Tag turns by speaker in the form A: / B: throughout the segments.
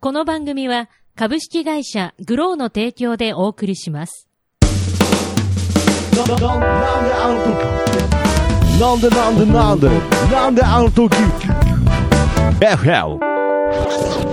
A: この番組は株式会社グローの提供でお送りします。
B: なんであの時なんでなんでなんでなんであの時 FL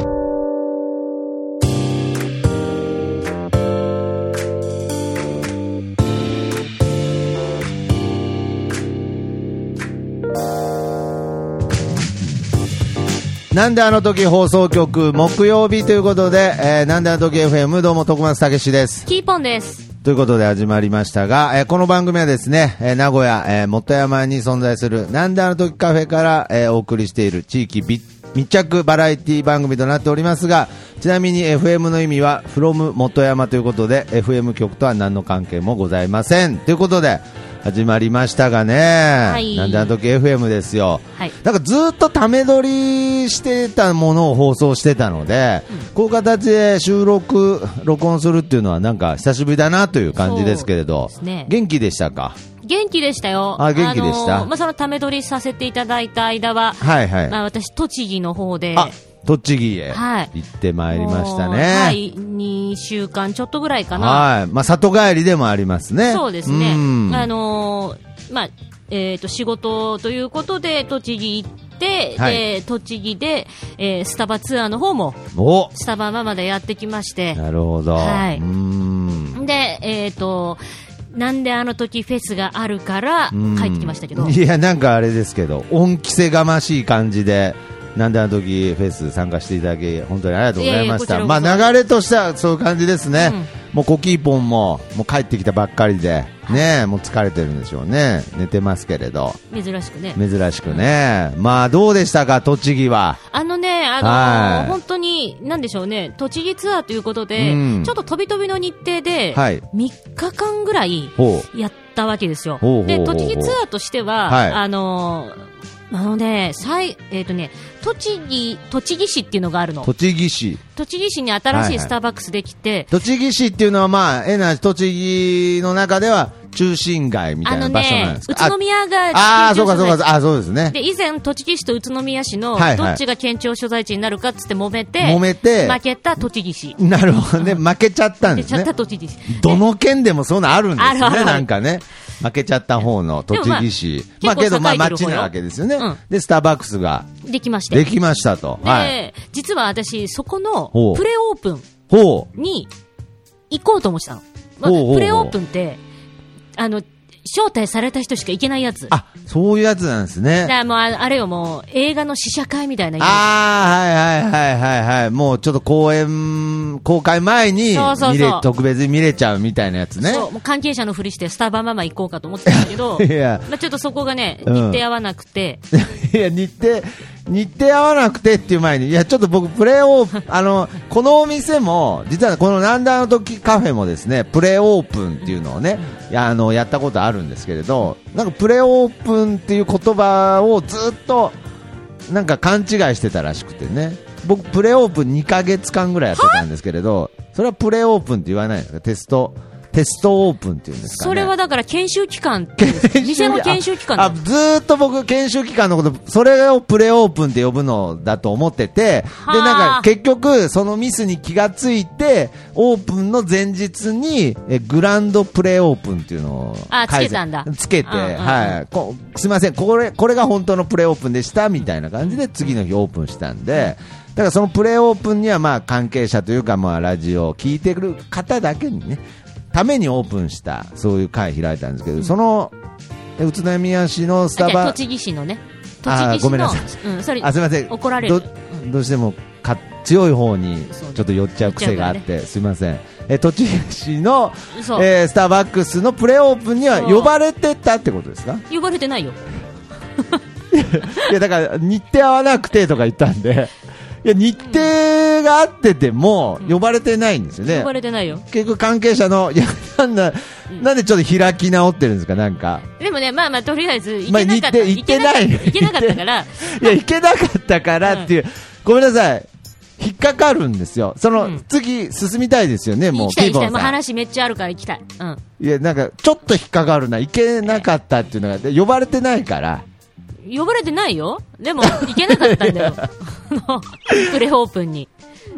C: なんであの時放送局木曜日ということで、えーなんであの時 FM どうも徳松武史です。
A: キーポンです。
C: ということで始まりましたが、えーこの番組はですね、えー名古屋、えー元山に存在するなんであの時カフェから、えーお送りしている地域び密着バラエティ番組となっておりますが、ちなみに FM の意味は from 元山ということで、FM 局とは何の関係もございません。ということで、始まりましたがね、
A: い
C: なんであの時 FM ですよ。
A: はい
C: なんかずっとため撮りしてたものを放送してたので、こういう形で収録、録音するっていうのは、なんか久しぶりだなという感じですけれど、
A: そうですね
C: 元気でしたか、
A: 元気でしたよ。
C: あ元気でした
A: あのーまあ、そのため撮りさせていただいた間は、
C: はいはい、
A: まあ、私、栃木の方で。
C: あ栃木へ
A: はい
C: 行ってまいりましたね、
A: もうはい、2週間ちょっとぐらいかな。
C: はいまあ、里帰りでもありますね、
A: そうですね。
C: ん
A: あのーまあ、えっ、と、仕事ということで、栃木行って、
C: はい
A: で、栃木で、えースタバツアーの方も、
C: お
A: スタバママでやってきまして、
C: なるほど、
A: はいう
C: ーん
A: で、えっ、と、なんであの時フェスがあるから
C: うん
A: 帰ってきましたけど、
C: いやなんかあれですけど恩着せがましい感じでなんであの時フェス参加していただき本当にありがとうございまし
A: いえいえこ
C: た
A: ちらこ
C: ま
A: そ
C: あ流れとしてはそういう感じですね、もうコキーポンももう帰ってきたばっかりでねもう疲れてるんでしょうね寝てますけれど
A: 珍しくね。
C: 珍しくねまあどうでしたか栃木は
A: あのね、あのー
C: はい
A: 本当に、なんでしょうね、栃木ツアーということで、
C: うん
A: ちょっと飛び飛びの日程で、
C: はい
A: 3日間ぐらい
C: ほう
A: やったわけですよ。
C: ほうほうほう
A: で、
C: ほう
A: 栃木ツアーとしては、
C: はい
A: あのーあのね、最、えっ、とね、栃木、栃木市っていうのがあるの。
C: 栃木市
A: 栃木市に新
C: はい
A: し
C: はいい
A: スターバックスできて、
C: 栃木市っていうのはまあえな栃木の中では中心街みたい
A: あの
C: な場所なん
A: ね
C: です、
A: 宇
C: か、
A: 都宮が、
C: ああーそうかそう
A: 県庁所在地
C: かあそうです ね
A: で、以前、栃木市と宇都宮市の、
C: はいはい
A: どっちが県庁所在地になるかっつって揉めて、
C: 揉めて
A: 負けた栃木市。
C: なるほどね、負けちゃったん
A: で
C: で
A: ち
C: す
A: ゃった
C: ね。
A: 栃木市。
C: どの県でもそういうのあるんです
A: あるある
C: ね、なんかね。負けちゃった方の栃木市。
A: でもまあ
C: けど、まあ、
A: 結構栄えてる
C: 町
A: 方よ
C: なわけですよね、
A: うん
C: で、スターバックスが
A: できまして。
C: できましたと。
A: で
C: はい。
A: 実は私、そこの
C: ほう
A: プレオープン
C: ほう。
A: に行こうと思ってたの。まあ
C: ほうほうほう
A: プレオープンって、あの、招待された人しか行けないやつ。だか
C: あ、そういうやつなんですね。
A: らもう、ああれよ、もう、映画の試写会みたいなイメージ
C: ああ、はいはいはいはい。もうちょっと公演、公開前に見れ
A: そうそうそう
C: 特別に見れちゃうみたいなやつね。
A: そう、もう関係者のふりしてスタバママ行こうかと思ってたんだけど
C: 、いや
A: まあちょっとそこがね、日
C: うん
A: 程合わなくて、
C: いや、日程、日程合わなくてっていう前に、いや、ちょっと僕、プレーオープン、あの、このお店も、実はこのなんだあの時カフェもですね、プレーオープンっていうのをね、いやあの、やったことあるんですけれど、なんかプレーオープンっていう言葉をずっと、なんか勘違いしてたらしくてね。僕、プレーオープン2ヶ月間ぐらいやってたんですけれど、それはプレーオープンって言わないんですかテスト、テストオープンっていうんですかね。
A: それはだから研修期間って いう、店の研修期間
C: ああ
A: だ
C: ずーっと僕、研修期間のこと、それをプレオープンって呼ぶのだと思ってて、で、
A: あ
C: なんか結局、そのミスに気がついて、オープンの前日に、えグランドプレオープンっていうのを
A: あ
C: 改
A: つけたんだ
C: つけて、
A: うんうんうん
C: はいこ。すいません、これ、これが本当のプレオープンでした、みたいな感じで、次の日オープンしたんで、だからそのプレオープンにはまあ関係者というかまあラジオを聞いてくる方だけにね、ためにオープンした、そういう会開いたんですけど、そのえ宇都宮市のス
A: あ
C: タ
A: じゃあ
C: バ、
A: 栃木市のね、
C: あ
A: 栃木市
C: ごめん
A: の
C: なさい、
A: うん、それ、
C: あすみません、
A: 怒られる
C: どどうしてもか強い方に
A: そう
C: ちょっと寄っちゃう癖があっ、
A: 寄って
C: すみません、え栃木市の、
A: そう
C: えースターバックスのプレオープンには
A: そう
C: 呼ばれてたってことで すか
A: 呼ばれてないよ。
C: いやだから日程合わなくてとか言ったんで、いや日程が合ってても呼ばれてないんですよね。
A: 呼ばれてないよ。
C: 結局関係者の、いや、なんだ、なんでちょっと開き直ってるんですか、なんか。
A: でもね、まあまあ、とりあえず、行
C: ま
A: け
C: あ
A: なかった。
C: 日程行ってない
A: 行けなかったから、
C: いや、行けなかったからっていう、ごめんなさい。引っかかるんですよ。その、
A: うん
C: 次進みたい ですよね、
A: 行
C: もう。
A: きたい行きたい。
C: ピー
A: も
C: ポ
A: う
C: ンさん
A: 話めっちゃあるから行きたい。うん。
C: いや、なんか、ちょっと引っかかるな。行けなかったっていうのが、で呼ばれてないから。
A: 呼ばれてないよ。でも、行けなかったんだよ。あのプレオープンに。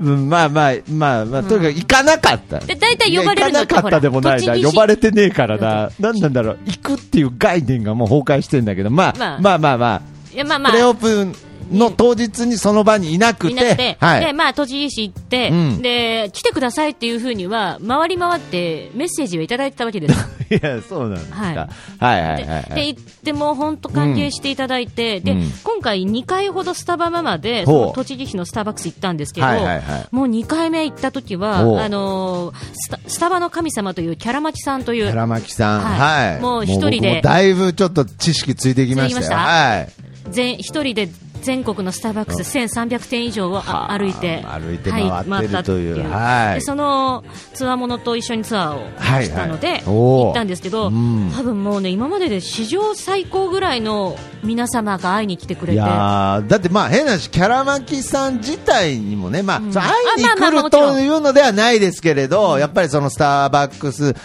C: うんまあまあ、まあまあ、とにかく行かなかった。
A: で大体呼ばれる
C: い
A: の
C: や行かなかったでもないな。
A: ほら栃木市
C: 呼ばれてねえからな。なんなんだろう。行くっていう概念がもう崩壊してんだけど、まあ、
A: まあ
C: まあまあまあ、
A: いやまあまあ
C: プレオープンの当日にその場にいなく
A: いなく
C: て
A: て、、
C: は
A: で
C: い。
A: まあ栃木市行って、
C: うん
A: で来てくださいっていうふうには回り回ってメッセージをいただいてたわけです。
C: いや、そうなんですか。
A: はい
C: はいはいはい
A: で
C: は
A: で
C: い。
A: 行っても本当関係していただいて、で
C: うん
A: 今回2回ほどスタバママで
C: ほう
A: その栃木市のスターバックス行ったんですけど、
C: はいはいはい
A: もう2回目行った時は
C: ほう
A: あのースタスタバの神様というキャラマキさんと いう
C: 寺巻さん、
A: はい
C: はい。
A: もう一人で
C: 僕もだいぶちょっと知識ついてきました
A: ついてきまし
C: よ。
A: た
C: はい。
A: 全一人で全国のスターバックス1300店以上を
C: はあ
A: 歩いて
C: 歩いて
A: はい
C: 回ってるという
A: 回った
C: はい
A: でそのつわものと一緒にツアーを
C: はい
A: したので、
C: はいおー
A: 行ったんですけど、
C: うん
A: 多分もうね今までで史上最高ぐらいの皆様が会いに来てくれ
C: い
A: て。
C: やーだってまあ変な話、キャラ巻きさん自体にもね、まあ、
A: ん
C: そう会いに
A: あまあまあも
C: 来る
A: ちろん
C: というのではないですけれど、やっぱりそのスターバックス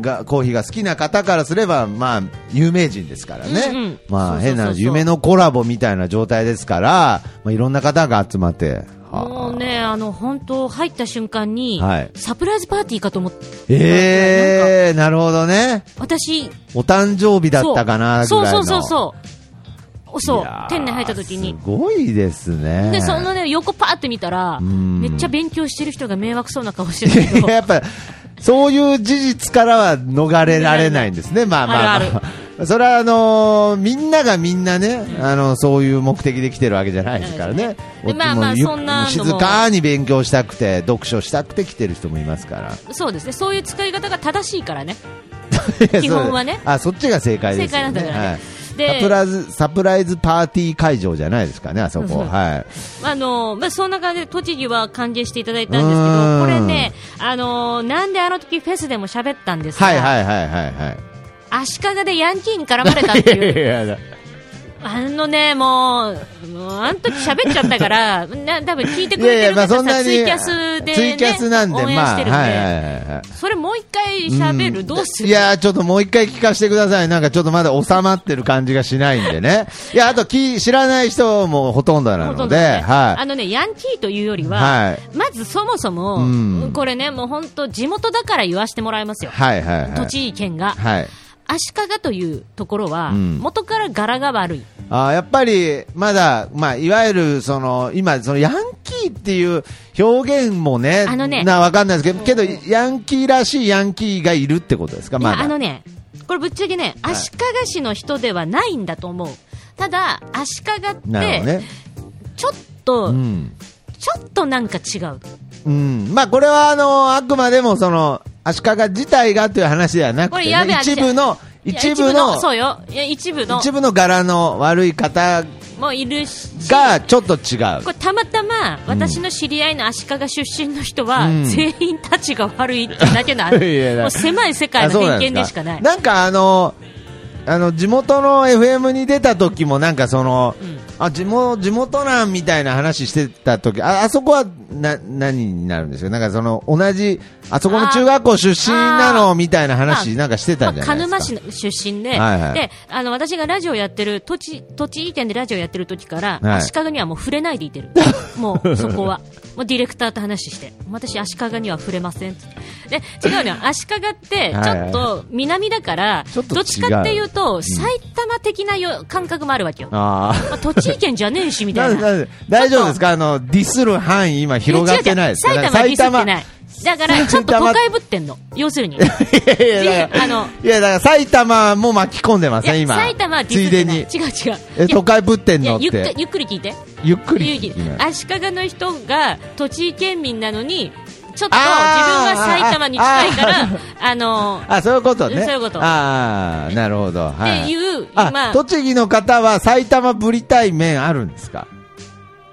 C: がコーヒーが好きな方からすれば、まあ、有名人ですからね、
A: うんうんそう
C: ま
A: そうそうそ
C: あ
A: う
C: 変な話、夢のコラボみたいな状態ですから、まあ、いろんな方が集まって、
A: もうね、あの本当、入った瞬間に、
C: はい
A: サプライズパーティーかと思って、
C: えー、なるほどね、
A: 私、
C: お誕生日だったかなぐ
A: そう
C: らい
A: そう
C: の
A: そうそう、そう
C: いやー
A: 店内入った時に
C: す、ごいですね。
A: でそのね横パーって見たら、
C: ん
A: めっちゃ勉強してる人が迷惑そうな顔してるけど
C: いや、やっぱそういう事実からは逃れられないんですね、まあまあ
A: ある
C: まあ、それはあのーみんながみんなね、あのそういう目的で来てるわけじゃないですからね、
A: でまあまあ
C: こっちも
A: そ
C: ゆ
A: んなのも
C: 静かに勉強したくて、読書したくて来てる人もいますから、
A: そうですね、そういう使い方が正しいからね、
C: 基
A: 基本はね
C: あそっちが正解ですよ、
A: 正解
C: ね、
A: なんだからね
C: はい
A: で
C: サプライズサプライズパーティー会場じゃないですかね、あそこ、
A: うんうん
C: はい、
A: あのまあ、そんな感じで栃木は歓迎していただいたんですけ
C: うん
A: ど、これね、あのなんであの時フェスでも喋ったんですが、
C: はいはいはい はいはい。
A: 足利でヤンキーに絡まれたっていう、
C: いやいや
A: あのね、もう、もうあの時喋っちゃったから、 な多分聞いて
C: い
A: くれ
C: やい
A: て
C: や
A: る
C: まあ
A: 方
C: そん
A: さ
C: なに
A: ツイキャスで、ね、
C: ツイキャスなんで、
A: 応援し
C: まあ、
A: て
C: はい
A: るんで、
C: はいはいはい。
A: それもう一回喋る、
C: うん
A: どうする
C: いやーちょっともう一回聞かせてください。なんかちょっとまだ収まってる感じがしないんでね。 いや、あとき、知らない人もほとんどな
A: ほと
C: の
A: んど
C: で、
A: ねあ
C: は
A: のね、ヤンキーというよりは、
C: はい
A: まずそもそも、
C: うん
A: これね、もう本当、地元だから言わせてもらいます
C: い。
A: よ、
C: はいはいはい。
A: 栃木県が、
C: はい。
A: 足利というところは、
C: うん
A: 元から柄が悪い、
C: あーやっぱり、まだ、まあ、いわゆる、その、今、その、ヤンキーっていう表現もね、
A: あのね
C: な、わかんないですけど、けど、ヤンキーらしいヤンキーがいるってことですか、
A: い
C: ま
A: や
C: だ。
A: あのね、これぶっちゃけね、
C: はい
A: 足利市の人ではないんだと思う、ただ、足利
C: なる
A: っ
C: ほど
A: て、
C: ね。
A: ちょっと、
C: うん。
A: ちょっとなんか違う、
C: うん、まあこれはあのあくまでもその足利自体がという話ではな
A: こ
C: く
A: れ
C: て、
A: やべえ
C: ね、一部の
A: いや
C: 一部の
A: そうよ、いや一部の
C: 一部の柄の悪い方
A: もういるし。
C: がちょっと違う
A: こ。れたまたま私の知り合いの足利出身の人は、
C: うん
A: 全員たちが悪いってだけの、あ
C: いやいや
A: もう狭い世界の
C: あそうなん
A: 偏見で
C: す
A: しかない。
C: なんかあのあの地元の FM に出た時もなんかその、
A: ん
C: あ地元地元なんみたいな話してた時ああそこはな何になるんですかなんかその同じあそこの中学校出身な
A: あ
C: のみたいな
A: あ
C: 話なんかしてたじゃ
A: まあ鹿
C: ないですか。
A: 沼市の出身で、
C: はいはい
A: であの私がラジオやってる栃、栃木県でラジオやってる時から、
C: はい
A: 足利にはもう触れないでいて る、もうそこは、もうディレクターと話して、私、足利には触れませんってで 違うのよ、足利って
C: はい
A: ちょっと南だから、
C: ちょっと違う
A: どっちかっていうと、埼玉的なよ感覚もあるわけよ、
C: あー
A: まあ栃木県じゃねえしみた
C: ないん
A: な
C: で。なんで大丈夫ですかあの、ディスる範囲、今広がってないですか
A: や違う違う埼玉はディス
C: 埼
A: ってない。だから、ちょっと都会ぶってんの。要するに。い
C: 玉 いやいやだから
A: あの
C: いや、だから埼玉も巻き込んでますね、
A: や、
C: 今。
A: 埼玉はディ
C: つ
A: ス
C: い
A: って
C: で
A: ない。違
C: に
A: う。違う。
C: え、都会ぶってん
A: い
C: の
A: や
C: っ
A: ゆっく
C: て。
A: ゆっくり聞いて。
C: ゆっく
A: ゆ
C: り
A: っくり
C: 聞きます。
A: 足利の人が栃木県民なのに、ちょっと自分
C: あー
A: は埼玉に近いから、
C: あ
A: あの、
C: あ、そういうことね。
A: そういうこと
C: ああ、なるほど。はい。
A: っていうま
C: あ
A: あ、
C: 栃木の方は埼玉ぶりたい面あるんですか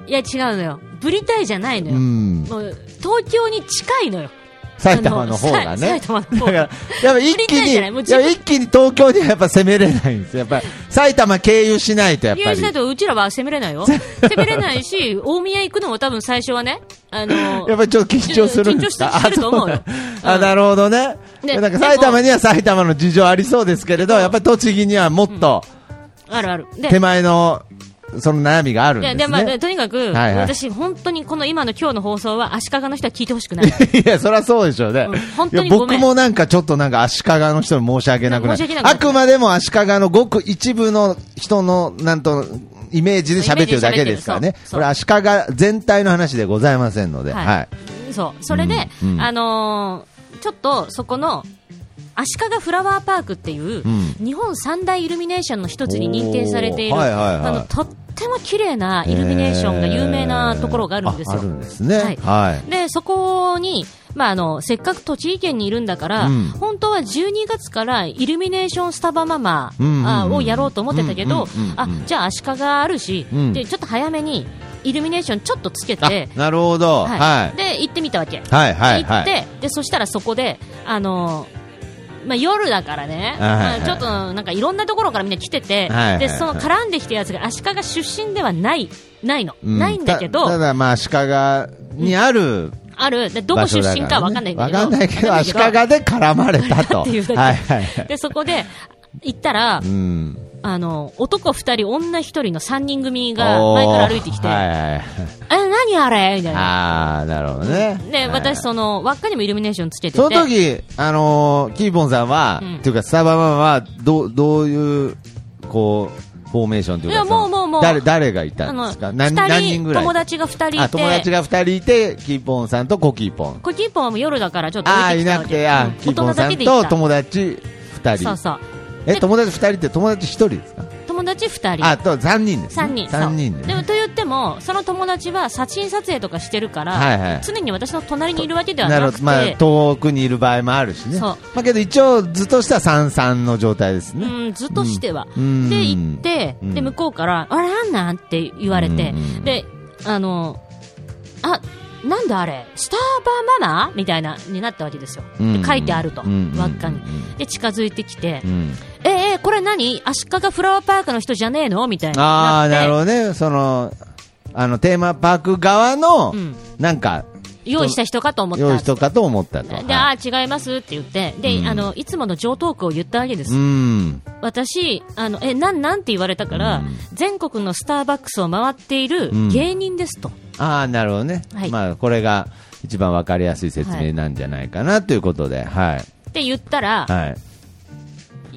A: いや違うのよ。ぶりたいじゃないの
C: う
A: よ。
C: ん。
A: もう、東京に近いのよ。
C: 埼玉の方がね。
A: あのさ埼玉の方
C: だから、やっぱ一気
A: ぶりたい
C: に、
A: じ
C: い
A: ゃな
C: や
A: いもう自分
C: 一気に東京にはやっぱ攻めれないんですよ。やっぱり、埼玉経由しないとやっ
A: い
C: ぱ
A: や
C: り
A: し。ないとうちらは攻めれない よ。攻めれないし、大宮行くのも多分最初はね、あの、
C: やっぱりちょっと緊張するんですか
A: 緊張してると思うよ
C: あそうなんあ、なるほどね。
A: ね
C: なんか
A: でも
C: 埼玉には埼玉の事情ありそうですけれど、やっぱり栃木にはもっと
A: あるある。で
C: 手前のその悩みがあるんです
A: で
C: ね。
A: でまあ、でとにかく、
C: はいはい
A: 私、本当にこの今の今日の放送は、足利の人は聞いてほしくない。
C: いや、そりゃそうでしょうね。
A: うん本当に
C: いや
A: ごめ
C: 僕
A: ん
C: もなんかちょっとなんか足利の人に申し訳なくな
A: 申し訳な
C: る。
A: くな
C: あ
A: る
C: くまでも足利のごく一部の人の、なんと、イメージで喋ってるだけですから
A: イメージで喋って
C: ね
A: るそ。う
C: これ足利全体の話でございませんので。はい。
A: そうそれで、
C: うんうん
A: あのーちょっとそこの足利フラワーパークっていう、
C: ん
A: 日本三大イルミネーションの一つに認定されている、
C: おーはいはいはい
A: あのとっても綺麗なイルミネーションが有名なところがあるんですよ。
C: ああるんですね。は。
A: はいい
C: は
A: でそこに、まあ、あのせっかく栃木県にいるんだから、
C: うん
A: 本当は12月からイルミネーションスタバママ、
C: うんうんうん
A: あをやろうと思ってたけど、
C: うんうんうんうん
A: あじゃあ、足利あるし、
C: うん
A: で、ちょっと早めにイルミネーションちょっとつけて
C: い。、なるほど。はい。はい
A: で行ってみたわけ、
C: はいはい
A: 行ってでそしたらそこで、あのーまあ、夜だからね、
C: はいはいはい
A: まあちょっとなんかいろんなところからみんな来てて、
C: はいはいはい
A: でその絡んできたやつが足利出身ではないないの、
C: う
A: ないんだけど
C: たただまあ、足利にある
A: あるでどこ
C: 場所
A: 出
C: だらね、
A: 身かわかんないんだけど
C: わかんないけど、
A: だ
C: 足利で絡まれたと。
A: っていうだけ
C: はいはいはい。
A: でそこで行ったら、
C: うん。
A: あの男2人、女1人の3人組が前から歩いてきて、
C: おーはいはいはい
A: え何あれみたいな。
C: ああ、なるほどね。
A: で私、
C: そ
A: その輪っかにもイルミネーションつけてて
C: その時、あのー、キーボンさんは、
A: うん
C: っていうか、スタバママは、どう、どういう、こう、フォーメーションというか、
A: いや
C: その
A: もうもうもう
C: 誰、誰がいた
A: あ
C: んで
A: の
C: すか
A: 二
C: 何何人
A: 人
C: ぐらい
A: 友達が2人いて
C: あ、友達が二人いて、キーボンさんとコキーポン。
A: これキーポンはもう夜だからちょっと
C: ああ、
A: 置いてき
C: い
A: た
C: な
A: わ
C: く
A: け
C: て、あ
A: うん
C: キーポンさん
A: 大人だけで行
C: と
A: った
C: 友達二
A: そう
C: 人。
A: そう
C: え、友達二人って友達一人ですか
A: 友達2人
C: あ、と三人ですね。
A: 3人
C: 三人
A: そう
C: です
A: で
C: ね。
A: もと言ってもその友達は写真撮影とかしてるから、
C: はいはい
A: 常に私の隣にいるわけでは
C: なる
A: な
C: ほ
A: く
C: ど、
A: て
C: まあ、遠くにいる場合もあるし
A: そ
C: ね、ま
A: う
C: あ、けど一応、図としては三三の状態ですね、
A: うん、ずっとしては、
C: うん
A: で行って、
C: うん
A: で向こうからあれなんなんって言われて、
C: うん
A: であのあなんだあれスターバーママみたいなになったわけですよ、
C: うん
A: で書いてあると、
C: うん
A: 輪っかに
C: うん
A: で近づいてきて、
C: うん
A: えーえーこれ何足利フラワーパークの人じゃねえのみたいに
C: あ
A: な
C: あ、
A: って
C: なるほどね、そのあのテーマパーク側の、
A: うん
C: なんか、
A: 用意した人かと思った
C: 用意人かと思ったと、
A: で、
C: はい
A: あー違いますって言って、で、
C: うん
A: あの、いつもの上トークを言ったわけです。
C: うん、
A: 私、あの、え、なんなんって言われたから、
C: うん
A: 全国のスターバックスを回っている
C: うん
A: 芸人ですと。
C: ああ、なるほどね、
A: はい
C: まあ、これが一番わかりやすい説明なんじゃないかなということで、はい、
A: って言ったら、
C: は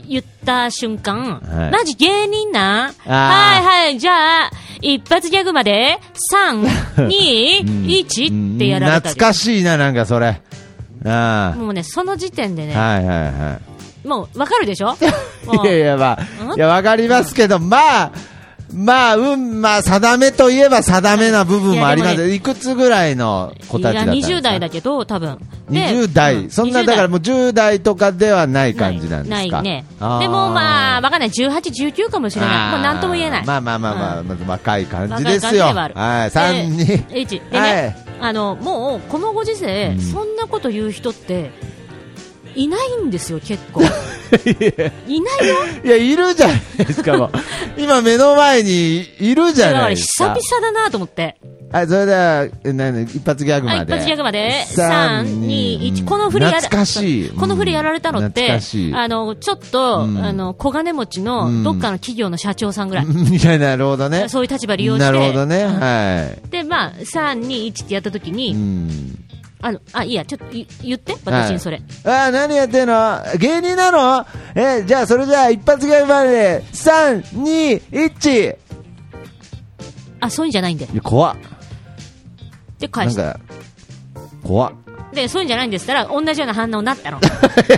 C: い、
A: 言った瞬間、
C: はい
A: マジ芸人な
C: ー
A: はいはい、じゃあ、一発ギャグまで、3、
C: うん
A: 2、1ってやられたり
C: 懐かしいな、なんかそれ、あ
A: もうね、その時点で
C: あ、
A: ね、
C: はいはいはい。
A: もうわかるでしょもう
C: いやいや、まあ、
A: うん
C: いや、わかりますけど、まあ、まあ、うん、まあ、定めといえば定めな部分もあります
A: いやでも
C: い,、くつぐらいの子たちだったん
A: い
C: ですか
A: や20代だけど、多分で
C: 20代、
A: う
C: そんな、
A: 20
C: だ
A: 代
C: からもう10代とかではない感じなんです
A: ない
C: か。
A: ね。で
C: あー
A: もまあ、わかんない。18、19かもしれない。もうなんとも言えない。
C: まあまあまあまあ、
A: うん
C: まず若い感じですよ。
A: 若い感じではある
C: はい、3、
A: で
C: 2。
A: 1。でね、あの、もう、このご時世、
C: ん
A: そんなこと言う人って、いないんですよ、結 構。いないよ。
C: いや、いるじゃないですか、も う。今目の前にいるじ
A: だ
C: ゃ
A: か
C: な
A: ら
C: いです
A: 久
C: か
A: 々。だなと思って。
C: はい、それでは、えなに一発ギャグ
A: はい、
C: ま
A: 一
C: で。
A: 発ギャグまで、
C: 三
A: 3、
C: 二
A: 2、
C: うん
A: 1。この振りやら、
C: 懐かしい。
A: この振りやられたのっ
C: うん
A: て
C: 懐かし、い。
A: あの、ちょっと、
C: うん
A: あの、小金持ち
C: うん
A: の、どっかの企業の社長さんぐらい。
C: いや、なるほどね。
A: そういう立場利用して。
C: なるほどね。
A: うん
C: は
A: で、まあ、3、2、1ってやったときに、
C: い。うん。
A: あの、あ、いいや、ちょっとい言って、私にそれ。
C: ああ、何やってんの芸人なのえ、じゃあ、それじゃあ、一発ギャグまで、3、2、1。い
A: あ、そういうんじゃないんで。
C: や、怖っ。
A: で、
C: な
A: 返
C: ん
A: して。
C: か、怖っ。
A: で、そういうんじゃないんですったら、同じような反応にな ったの。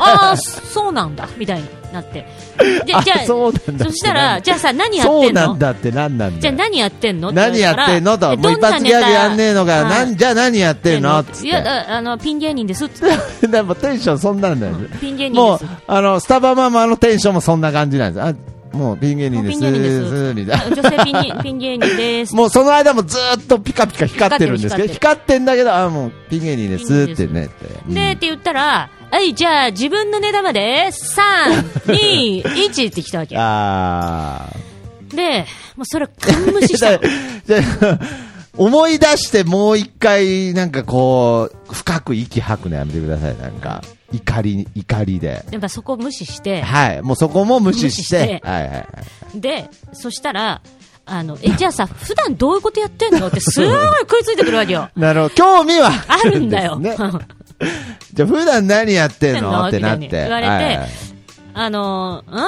A: ああ、そうなんだ、みたいになって。で、じゃ
C: あ
A: あ、
C: そうなんだ
A: そしたら、じゃあさ、何やっ
C: そ
A: て
C: うんなん
A: の
C: だって何なんだ
A: じゃあ
C: よ
A: 何やってんの
C: 何やってんのと。もう一発ギャグやんねえのか。なん、じゃあ何やってんのっつ
A: い
C: って。
A: や、ああの、ピン芸人ですっつって。
C: でもテンションそんなんだよね。
A: ピン芸
C: も
A: 人
C: う
A: です。、
C: あの、スタバママのテンションもそんな感じなんです。あ、もうピン芸人
A: もう
C: で
A: ピ
C: す。
A: ン芸人です。
C: みたいな。
A: 女性ピン 芸ピン芸人です。
C: もうその間もずーっとピカピカ光ってるんですけど、光
A: 光
C: ってんだけど、あ、もうピン芸人ですってね。うん
A: で、って言ったら、はい、じゃあ、自分の値段まで、3、2、1って来たわけ。
C: あ
A: で、もうそれ、感無視
C: ー。
A: した
C: だ
A: の。
C: じゃあ思い出してもう一回、なんかこう、深く息吐くのやめてください。なんか、怒りに、怒りで。
A: やっぱそこを無視して、
C: はい。もうそこも無視して。
A: 無視して
C: はいはいはい。
A: で、そしたら、あの、え、じゃあさ、普段どういうことやってんのってすごい食いついてくるわけよ。
C: なるほど。興味は
A: あるんだよ。
C: ですねじゃあ普段何やってんの
A: 何
C: ってなって。
A: みたいに言われて
C: はいはい
A: あのーう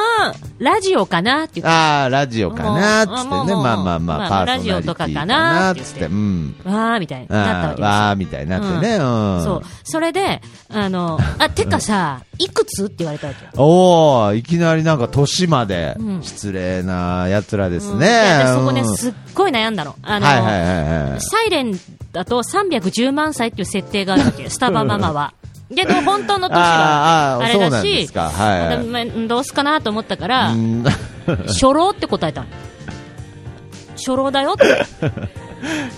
A: ん、ラジオかなって言って、
C: ああ、ラジオかなっつってね。
A: もうもう
C: まあまあまあ、
A: まあ
C: パーソナリティかなっ
A: ラ
C: つって。
A: ジオとかかなって言って
C: うん。
A: わーみたいになったわ
C: あ
A: け
C: あ、
A: ですよ
C: わーみたいになってね。うん。
A: そう。それで、あ の、あ、てかさ、いくつって言われたわけよ。
C: おおいきなりなんか年まで
A: うん
C: 失礼な奴らですね。
A: でそこね、
C: うん
A: すっごい悩んだの。あの、
C: はいはいはいはい。
A: サイレンだと310万歳っていう設定があるわけよ、スタバママ は。けど、本当の年
C: あーあ
A: は
C: ー
A: あれ
C: そうな
A: だ
C: んで
A: し
C: す、かはいはい
A: まあどうすかなと思ったから
C: う、ん
A: 初老って答えたの。初老だよ って、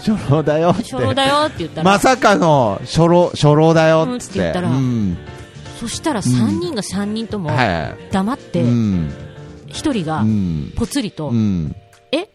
C: 初老だよって。
A: 初老だよって言ったら、
C: まさかの初老、初老だよ
A: うん
C: っ
A: つ
C: つっ。
A: ってて言ったら
C: うん
A: そしたら3人が3人とも
C: は
A: 黙っ
C: い。
A: て、
C: うん。
A: 1人が
C: うん。
A: ぽつりと
C: う、ん。
A: え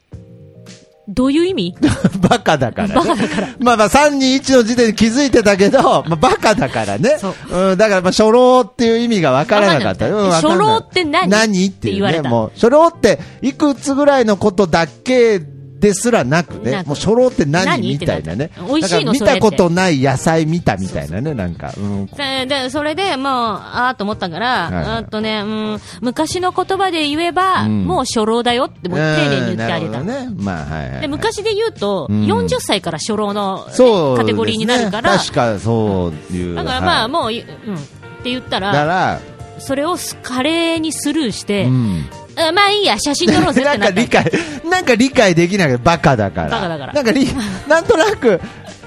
A: どういう意味
C: バカだからね。
A: バカだから
C: まあまあ、321の時点で気づいてたけ ど、まあ、バカだからね。
A: そ
C: うん、だから、まあ、初老っていう意味が分からなかった。
A: 分
C: う
A: かんなかっ
C: ん、分か
A: た
C: んない
A: 初老って何
C: 何っ
A: ってて
C: いうね
A: 言われた
C: もう、初老って、いくつぐらいのことだけですらなくね。
A: なく
C: もう、初老って何
A: 何
C: みたいなね
A: ってな。った美味しいの
C: だから見た
A: それ
C: こ
A: って
C: とない野菜見たみたいなね、なんか。うん。
A: でで、それで、もう、あーと思ったから、
C: いはい
A: あーっとね、うん、昔の言葉で言えば、
C: うん
A: もう初老だよって、もう丁寧に言ってあげたの
C: うん。なるほどね。まあ、はいはいはい。
A: で昔で言うと、
C: うん
A: 40歳から初老のね、
C: そう、
A: カテゴリーになるから、
C: 確かそういう。
A: だからまあ、
C: はい
A: もう、うん、って言った、
C: だからら、
A: それをす華麗にスルーして、
C: うん。
A: あまあいいや、写真撮ろうぜっ
C: な
A: て
C: ん
A: な
C: か
A: ったの
C: 理解、なんか理解できないけど、バカだから。
A: バカだから
C: な んか理、なんとなく、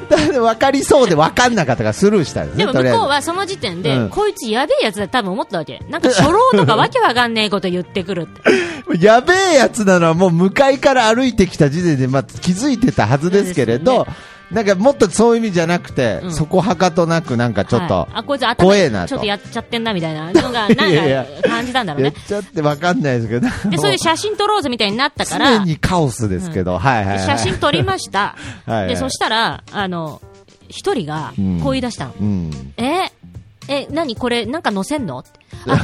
C: 分かりそうで分かんなかったからスルーしたんですね。
A: でも向
C: とりあえ
A: こう
C: ず
A: はその時点で、
C: うん
A: こいつやべえやつだって多分思ったわけ。なんか初老とかわけわかんねえこと言ってくるって。
C: やべえやつなのはもう向かいから歩いてきた時点で、まあ、気づいてたはずですけれど、
A: そう
C: なんかもっとそういう意味じゃなくて、
A: うん
C: そこはかとなくなん かちょっと、
A: はいあこいつ頭
C: 怖えなと
A: ちょっとやっちゃってんなみたいなのがなんか
C: いやいや
A: 感じたんだろう
C: 言っ
A: ね
C: ちゃって分かんないですけど、
A: でそういう写真撮ろうぜみたいになったから
C: 常にカオスですけど、はいはい、はい。
A: 写真撮りました
C: はいはい
A: でそしたらあの一人が
C: うん
A: こう言い出したの、
C: うん。
A: ええ何これなんか載せんの ってあ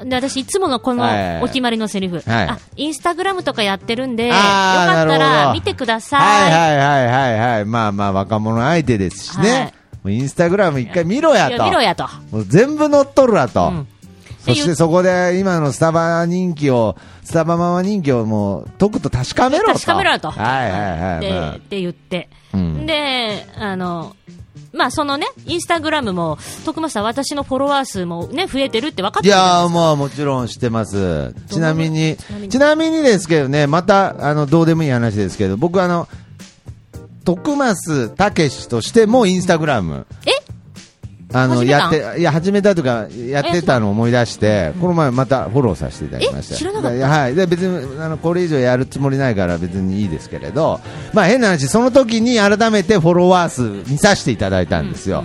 A: あで私いつものこ
C: はいはいは
A: の
C: い
A: お決まりのセリフ、
C: はい
A: あインスタグラムとかやってるんでよ
C: あー
A: かった
C: なるほど
A: ら見てください、
C: はいはいはいはいはい。まあまあ若者相手ですしね。
A: はい
C: もうインスタグラム一回見ろや
A: い
C: と。
A: や見ろやと、
C: もう全部乗っとるわと。
A: うん
C: そしてそこで今のスタバ人気を、スタバママ人気をもう解くと確かめろと。
A: 確かめろよと。
C: はいはいはい。
A: で、
C: まあ
A: って言って。
C: うん
A: で、あの、まあそのね、インスタグラムも、徳松さん私のフォロワー数もね、増えてるって分かっ
C: い
A: てるじゃ
C: や
A: な
C: ー
A: いですか
C: まあもちろん知ってます。ちなみに
A: ちなみ、に
C: ちなみにですけどね、また、あの、どうでもいい話ですけど、僕あの、徳松たけしとしてもインスタグラム。あ
A: 始
C: の、
A: め
C: や
A: た
C: っ
A: ん
C: て、いや、始めたとか、やってたのを思い出して、この前またフォローさせていただきました。
A: え知らなかった
C: いやはい。で、別に、あの、これ以上やるつもりないから別にいいですけれど、まあ変な話、その時に改めてフォロワー数見させていただいたんですよ。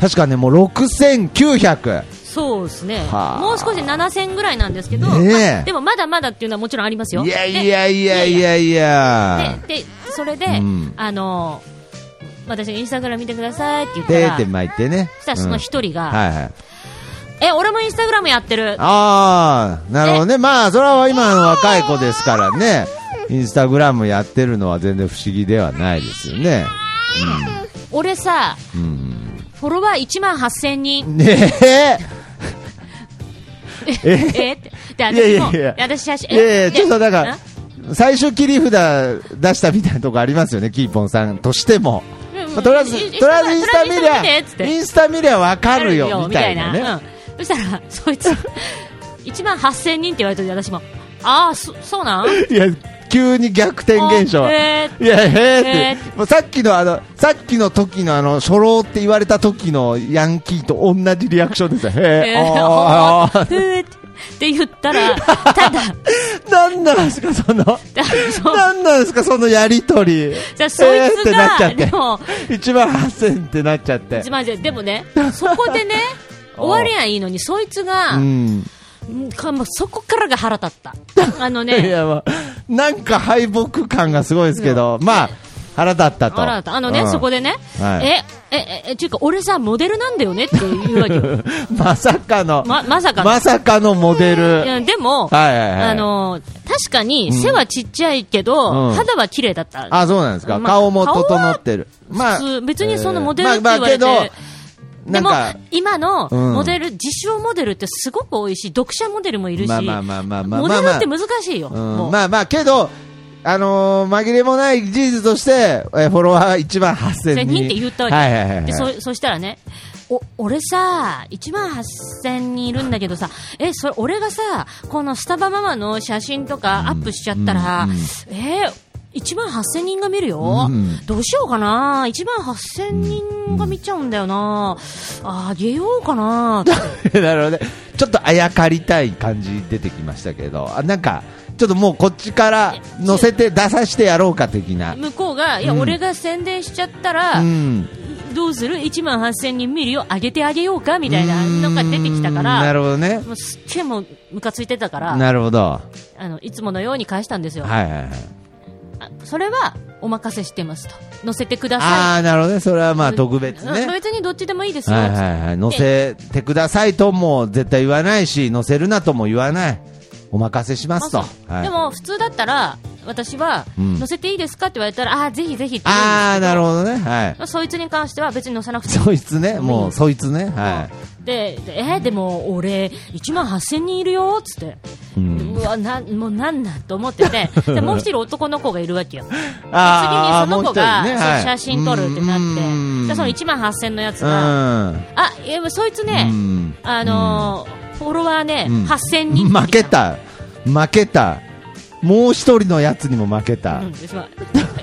C: 確かね、もう6900。
A: え。そうですね。
C: はあ
A: もう少しで7000ぐらいなんですけど、
C: ねえ
A: まあでもまだまだっていうのはもちろんありますよ。
C: いやいやいやいやいや。
A: で。で、でそれで、
C: うん
A: あの、私のインスタグラム見てくださいって言った
C: で
A: ら、
C: ーって巻いてね。
A: そしたらその一人
C: うん
A: が、
C: はいはい。
A: え、俺もインスタグラムやってる。
C: ああ、なるほどね。まあ、それは今の若い子ですからね。インスタグラムやってるのは全然不思議ではないですよね。
A: 俺さ、
C: うん。
A: フォロワー1万8000人。
C: ねえ。
A: ええって。で、私も、
C: いやいやいや
A: 私写真、
C: いやいや、
A: で
C: ちょっとだか
A: ん
C: ら、最初切り札出したみたいなとこありますよね、キーポンさんとしても。
A: うんうん
C: まあとりあえず、と
A: いい
C: りあえずインスタ見り
A: とりあえずインスタ見てっつっ
C: ゃ、
A: て
C: インスタ見りゃわかる
A: あ
C: よ、みたいなね。
A: うん、そしたら、そいつ、1万8000人って言われた時私も、ああ、そそうなん
C: いや、急に逆転現象。
A: あ
C: い
A: えー
C: や、へ
A: へ
C: えって。もうさっきのあの、さっきの時のあの、初老って言われた時のヤンキーと同じリアクションですよ。へえ、
A: えー
C: あ ーあ
A: えーって言った ら、ただ、
C: ー。なんなんですか、その、
A: だそう
C: なんなんですか、そのやりとり。
A: じゃあそい
C: えーっ
A: つ
C: てなっちゃ
A: が、
C: っ
A: で
C: て。
A: も、
C: 一万八千ってなっちゃって
A: 一。万じゃでもね、そこで ね、終わりゃいいのに、そいつが、
C: う
A: う
C: ん。
A: んかもうそこからが腹立った。あの
C: い
A: ね、
C: や、まあ、なんか敗北感がすごいですけど、まあ、腹立ったと。
A: 腹立った。あのね、
C: うん
A: そこでね、
C: はい
A: え、え、え、え、ちゅうか、俺さ、モデルなんだよねって言うわけ よ。
C: まさかの、
A: ま、まさかの。
C: まさかのモデル。
A: いやでも、
C: はいはいはい
A: あの、確かに背はちっちゃいけど、
C: うん
A: 肌は綺麗だった。
C: あ、そうなんですか。
A: まあ
C: 顔も整ってる。まあ
A: 普通、別にそのモデルって
C: まあ
A: 言
C: ま
A: わ
C: あ
A: れ
C: け
A: て、
C: ど
A: で
C: なん
A: も
C: か、
A: 今の
C: うん
A: モデル、自称モデルってすごく多いし、読者モデルもいるし、
C: まあまあまあまあまあ
A: モデ
C: まあ
A: ル
C: まあ
A: って難しいよ、も
C: う、
A: うん
C: まあまあ、けど、あのー紛れもない事実として、えーフォロワー1万8000
A: 1000
C: 人。
A: 人って言ったわけ、
C: はいはいはいはい。
A: でそそしたらね、お俺さ、1万8000人いるんだけどさ、えそれ俺がさ、このスタバママの写真とかアップしちゃったら、
C: うんうん
A: えー1万8000人が見るよ、
C: うん
A: どうしようかな、1万8000人が見ちゃうんだよな、あげようか な、
C: なるほどね。ちょっとあやかりたい感じ出てきましたけど、あなんか、ちょっともうこっちから乗せて出させてやろうか的な。
A: 向こうが、いや、
C: うん
A: 俺が宣伝しちゃったら、
C: うん。
A: どうする ?1 万8000人見るよ、上げてあげようかみたいなのが出てきたか
C: うんな
A: ら、
C: るほどね。
A: もうすっげえもうムカついてたから、
C: なるほど。は
A: あのいつものように返したんです
C: い
A: よ。
C: はいはい。
A: あそれはお任せしてますと。載せてください。
C: ああ、なるほどね。それはまあ特別
A: うん
C: ね。
A: 別にどっちでもいいですよ。
C: はいはいはい。乗せてくださいとも絶対言わないし、乗せるなとも言わない。お任せしますと。はい
A: でも普通だったら、私は、
C: うん
A: 載せていいですかって言われたら、ああー、ぜひぜひって言うんです
C: ああ、なるほどね。はい。
A: まあそいつに関しては別に載せなくても
C: そいつね、もうそいつね。は
A: ででえーでも俺、1万8000人いるよっつって、
C: い。う。
A: うんわな、もうなんなんと思って て、でもう一人男の子がいるわけよ、
C: あー
A: 次にその子が、
C: もう一人ね
A: そう
C: はい
A: 写真撮るってな
C: うん
A: って、でその1万8000のやつ
C: う
A: が、
C: ん。
A: あいやそいつね、
C: うん
A: あのーフォロワーね、
C: うん
A: 8000人
C: 負けた、負けた、もう一人のやつにも負けた
A: う。ん、すまん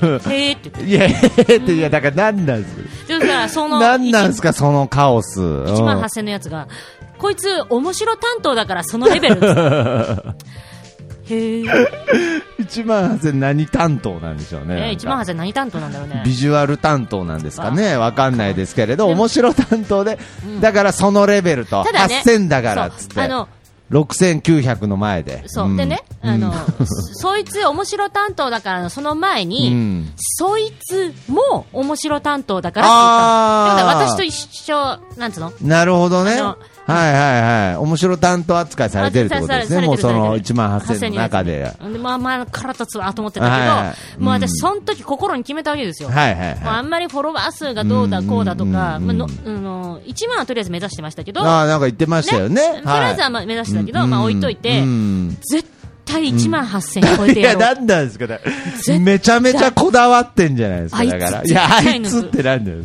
A: えーって言って
C: いや、いや、だから何なんすか、
A: でさその
C: 何 なんすか、そのカオス。うん
A: 1万8000のやつが、こいつ、面白担当だから、そのレベルっ つって。へー
C: 1万8000何担当なんでしょうね。
A: えー、1万
C: なんか
A: 8000何担当なんだろうね。
C: ビジュアル担当なんですかね、わかんないですけれど、
A: でも
C: 面白担当で、だからそのレベルと、
A: ただね、
C: 8000だからっつっ
A: そうあ
C: て、
A: の、
C: 6900の前で。
A: そう、
C: ん
A: でね、あの、そ いつ面白担当だからのその前に、
C: うん
A: そいつも面白担当だからって
C: あ
A: 言
C: ー
A: ったのだから私と一緒、なんつうの
C: なるほどね。
A: あ
C: は
A: の
C: いはいはい。面白担当扱いされてるってことですね。もうその1万8000の中で。は
A: で、まあまあ、腹立つわと思ってたけど、
C: はいはいはい
A: もう
C: う
A: 私、
C: ん
A: その時心に決めたわけですよ。
C: いはいはい。
A: もうあんまりフォロワー数がどうだこうだとか、
C: うん
A: まあのあの1万はとりあえず目指してましたけど、
C: ああ、なんか言ってましたよね。
A: ねとりあえずはまあ目指してたけどまあ置いといて
C: うん
A: 絶対1万8000超えて
C: い
A: や
C: や、
A: ろう。
C: なんなんですかね
A: 対
C: めちゃめちゃこだわってんじゃないです
A: あ
C: か、
A: いつ
C: だから。
A: 絶対
C: いや、あい
A: の
C: つってなんだよ。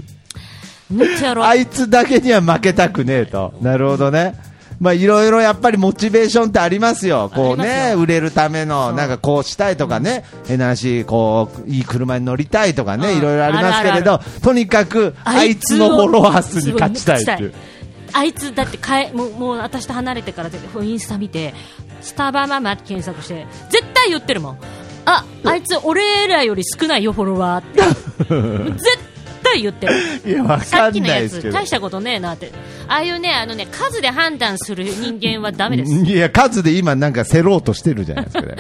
A: 塗ってやろう。
C: あいつだけには負けたくねえと。なるほどね。まあ、いろいろやっぱりモチベーションってありますよ。こ
A: あ
C: う
A: ります
C: ね、
A: よ
C: 売れるための、
A: そう
C: なんかこうしたいとかね、変な話、こう、いい車に乗りたいとか
A: う
C: ね、
A: ん
C: いろいろありますけれ
A: あ
C: ど、とにかく、あいつのフォロワー数に勝ちたいっていう。
A: あいつだってかえもうもう私と離れてから絶対インスタ見てスタバママって検索して絶対言ってるもんああいつ俺らより少ないよフォロワーって 絶対言ってる
C: いや、わ
A: さ
C: か
A: っき
C: ん
A: の
C: ない
A: や
C: ですけ
A: つ
C: ど
A: 大。したことねえなってああいうねあのね数で判断する人間はダメです
C: いや、数で今なんか競ろうとしてるじゃないですかね。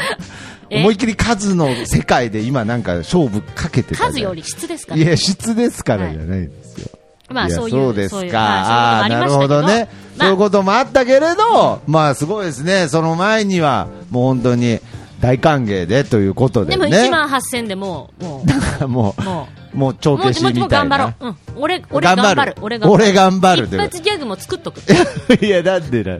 A: え
C: 思いっきり数の世界で今なんか勝負かけてたじゃん
A: 数より質ですから
C: いや、質ですからじゃないんですよ。
A: まあ
C: いや
A: そういう
C: です
A: そういう
C: か。
A: ま
C: あ
A: あそう
C: あー、
A: いう
C: なる
A: のもあ
C: ほ
A: りましたけど
C: ど
A: ま
C: ね。
A: あ
C: そういうこともあったけれど、まあすごいですね。その前には、もう本当に大歓迎でということ
A: で
C: で
A: も
C: ね。
A: 1万8000でもうもう
C: だからもう、
A: も
C: もう帳
A: うも
C: 消しみ
A: う
C: た
A: もう
C: いな。
A: 頑張ろう、うん、俺俺頑張る
C: 俺
A: 俺
C: 頑張
A: 頑張る
C: る。と
A: 一
C: いうこと
A: 発ギャグも作っ とく
C: いや、なんでな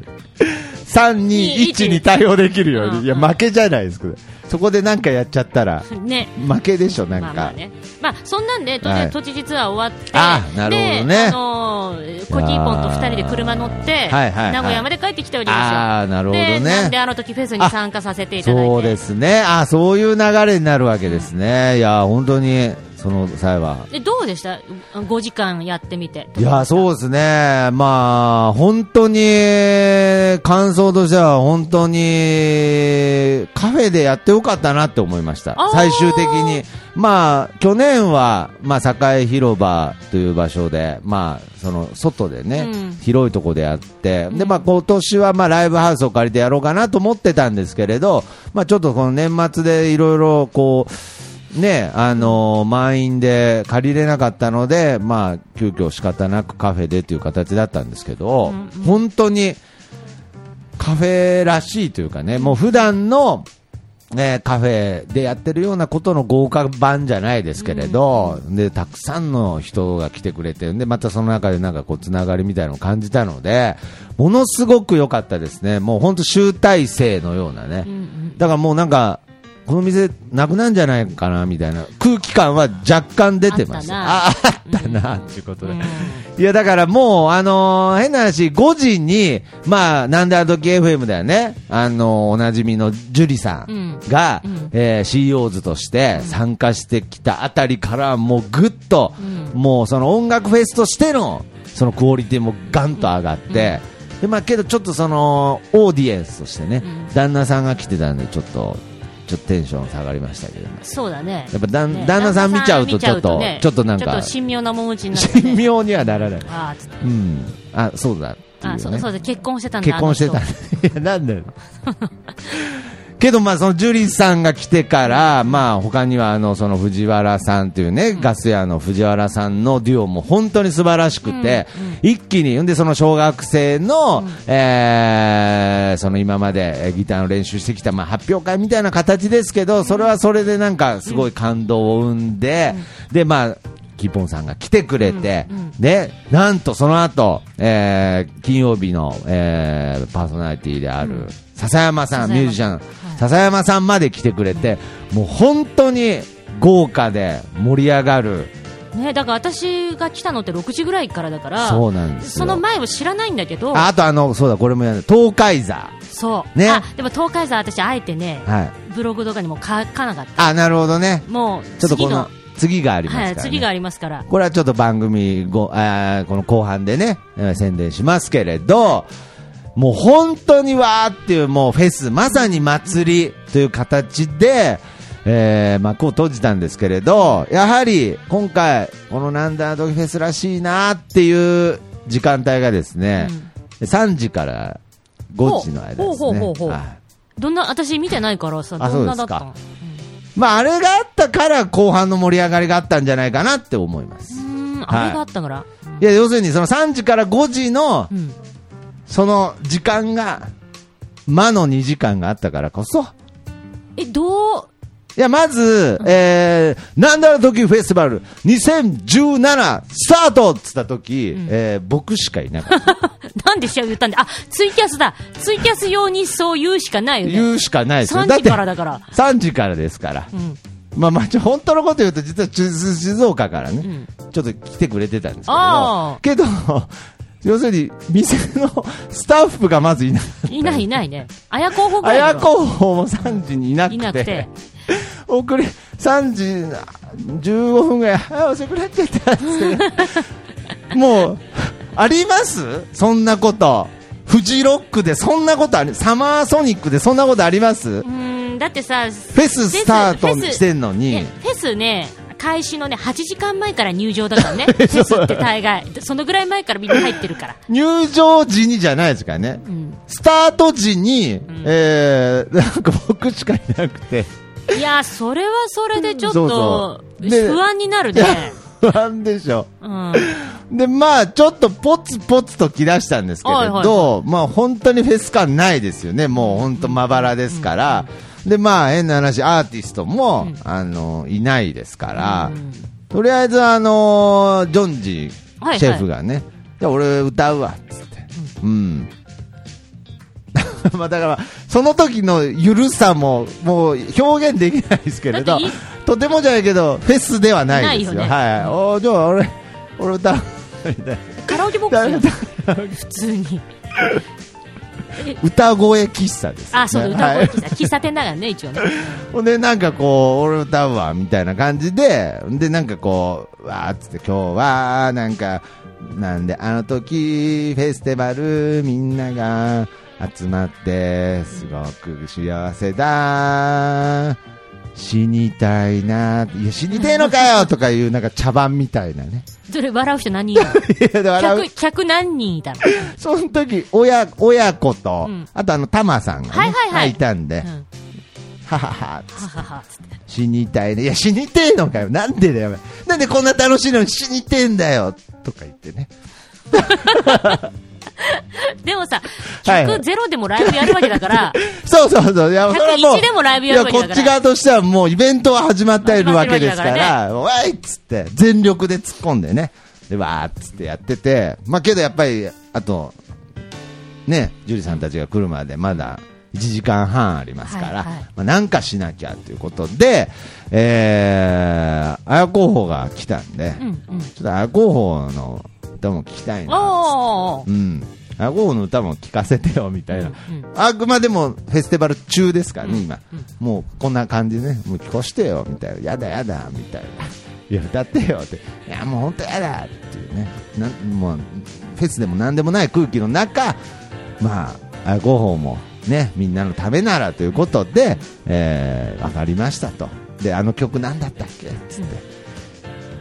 C: 三二一に対応できるように、
A: うん
C: いや、負けじゃないですけど、そこでなんかやっちゃったら、
A: ね
C: 負けでしょ、なんか。
A: まあまあね、まあ、そんなんで、とりあ
C: は
A: え
C: い
A: ず都知事ツアー終わって、
C: あなるほどね
A: であのーコキーポンと2人で車乗って、
C: はいはいはい
A: 名古屋まで帰ってきたわけですよ、
C: ああ、なるほど
A: でなんで
C: ね。
A: あの時フェスに参加させていただいて、
C: そうですね。ああ、そういう流れになるわけですね。いや、本当に、その際は。
A: でどうでした、5時間やってみて、
C: いや、そうですね。まあ、本当に、感想としては、本当に、カフェでやってよかったなって思いました
A: あー。
C: 最終的に。まあ、去年は、まあ、栄広場という場所で、まあ、その、外でね、
A: うん
C: 広いとこでやって、で、まあ、今年は、まあ、ライブハウスを借りてやろうかなと思ってたんですけれど、まあ、ちょっとこの年末でいろいろ、こう、ね、あのー満員で借りれなかったので、まあ、急遽仕方なくカフェでという形だったんですけど、本当にカフェらしいというかね、もう普段の、ね、カフェでやってるようなことの豪華版じゃないですけれど、でたくさんの人が来てくれてるんでまたその中でなんかこうつながりみたいなのを感じたのでものすごく良かったですね、もう本当集大成のようなね、だからもうなんかこの店なくなんじゃないかなみたいな空気感は若干出てました。
A: あ
C: ああったなっていうことで、いやだからもう、あのー変な話、5時に、まあ、なんであの時 FM だよね、あのーおなじみの樹里さんが、えー CEOs ズとして参加してきたあたりから、もうぐっと、もうその音楽フェスとしての、そのクオリティもガンと上がって、でまあ、けどちょっとその、オーディエンスとしてね、旦那さんが来てたんで、ちょっと、ちょっとテンション下がりましたけどね。
A: そうだね
C: やっぱ旦,、
A: ね
C: 旦那さん見ちゃうとちょっと、
A: ね
C: ちょっとなん
A: ちょっ
C: か
A: と神妙な面持ちになって、ね、
C: 神妙にはならない。
A: あーつって
C: うん。あ、そうだっていう、ね。
A: あそうそうだ結婚してたんだ
C: 結婚してた。
A: あの人
C: いや、なんだよ。けど、まあ、その、ジュリーさんが来てから、まあ、他には、あの、その、藤原さんというね、ガス屋の藤原さんのデュオも本当に素晴らしくて、一気に、んで、その、小学生の、えーその、今までえーギターの練習してきた、まあ、発表会みたいな形ですけど、それはそれでなんか、すごい感動を生んで、で、まあ、キーポンさんが来てくれて、で、なんとその後、えー金曜日の、えーパーソナリティである笹山さん、
A: 笹山
C: ミュージシャン、笹山さんまで来てくれて、もう本当に豪華で盛り上がる、
A: ねだから私が来たのって6時ぐらいからだから
C: そうなんですよ
A: その前を知らないんだけど
C: ああとあの、そうだ、これもやる、東海座、
A: そう、
C: ね
A: あでも東海座私あえてね、
C: はい、
A: ブログとかにも書かなかっ
C: あなるほどね、
A: たもう
C: ちょっと
A: 次
C: こ
A: の
C: の次がありますから、
A: は
C: ね
A: い、次がありますから
C: これはちょっと番組ご、あーこの後半でね、えー宣伝しますけれど、もう本当にわーっていうもうフェス、まさに祭りという形で、えー、幕を閉じたんですけれど、やはり今回、このなんだドキフェスらしいなっていう時間帯がですね、3時から5時の間ですね。
A: ほうほうほうほう
C: はい
A: どんな私見てないからさ
C: あ
A: どんなだった
C: そう
A: の
C: まあ、あれがあったから後半の盛り上がりがあったんじゃないかなって思います。
A: うーん
C: はい
A: あれがあったから、
C: いや、要するにその3時から5時の
A: う、ん
C: その時間が、魔の2時間があったからこそ、
A: えどう
C: いや、まず、えー、なんだろ時フェスティバル2017スタートっつった時、えー僕しかいなかった。
A: なんでしょ言ったんで、あ、ツイキャスだ。ツイキャス用にそう言うしかないよね。
C: 言うしかないですよ。
A: 3時からだ
C: って
A: から。
C: 3時からですから。まあまあ、ちょ本当のこと言うと、実はちゅ静岡からね、ちょっと来てくれてたんです
A: あー
C: けど、けど、要するに、店のスタッフがまずいなかった。
A: いないいないね。あや候補ぐらいだ
C: 綾
A: ろ
C: 候補も3時にいなくて
A: いなくて
C: 遅れ3時15分ぐらいあ遅くなっちゃったっつってもうありますそんなことフジロックでそんなことありサマーソニックでそんなことあります
A: うーん、だってさ、フェ
C: フェススタートしてんのに、
A: ねフェスね、開始のね、8時間前から入場だから ね。フェスって大概。そのぐらい前からみんな入ってるから。
C: 入場時にじゃないですからね、スタート時に、えー、なんか僕しかいなくて
A: いやー、それはそれでちょっと、
C: そうそうで
A: 不安になる
C: いや
A: ね。
C: 不安でしょ
A: うん。
C: で、まあ、ちょっとポツポツと来だしたんですけれど、
A: はいはいは
C: まあ、本当にフェス感ないですよね。もう本当まばらですから。で、まあ、変な話、アーティストも、あの、いないですから、とりあえず、あのージョンジ
A: はいはい
C: シェフがね、じゃあ俺歌うわ、つって。うん。 まあ、だから、その時のゆるさも、もう表現できないですけれ
A: だっ
C: ど
A: てい、
C: とてもじゃないけど、フェスではないですよ。
A: ないよね
C: はい。おじゃあ俺、俺歌う。みたいな
A: カラオケボックスよ普通に。
C: 歌声喫茶です、ね。
A: あ、そうだ、歌声
C: はい
A: 喫茶。喫茶店だからね、一応ね。
C: ほんで、なんかこう、俺歌うわ、みたいな感じで、で、なんかこう、わーっつって、今日は、なんか、なんで、あの時、フェスティバル、みんなが集まって、すごく幸せだ。死にたいな。いや、死にてえのかよとかいう、なんか茶番みたいなね。
A: それ笑う人何人いるの
C: いや、笑う
A: 客、客何人いたの
C: その時、親、親子と、
A: ん
C: あとあの、タマさんが、ね
A: はいはいはい
C: たんで、
A: ん
C: はは
A: は
C: は、
A: ははつって
C: 死にたいね。いや、死にてえのかよ。なんでだよ。なんでこんな楽しいのに死にてえんだよ。とか言ってね。
A: でもさ、
C: はい
A: 100ゼロでもライブやるわけだから、
C: そうそうそう。いや、それはもう。
A: 101でもライブやるわけだから
C: いや、こっち側としてはもうイベントは始まっているわけですか
A: 始まってるわ
C: ら、わいっつって、全力で突っ込んでね。で、わーっつってやってて、まあけどやっぱり、あと、ね、ジュリさんたちが来るまでまだ1時間半ありますから、
A: はいはい
C: まあなんかしなきゃということで、えー、綾候補が来たんで、
A: うんうん。
C: ちょっと綾候補の歌も聞きたいなっつって
A: おー
C: うん、アゴーの歌も聴かせてよみたいな、
A: うん
C: あくまでもフェスティバル中ですからね、今、
A: うん
C: もうこんな感じでね、もう聴かしてよみたいな、やだやだみたいな、 いや、歌ってよって、いや、もう本当やだっていうね、なんもうフェスでもなんでもない空気の中、まあ、アゴーもね、みんなのためならということで、えー、分かりましたと、で、あの曲なんだったっけっつって。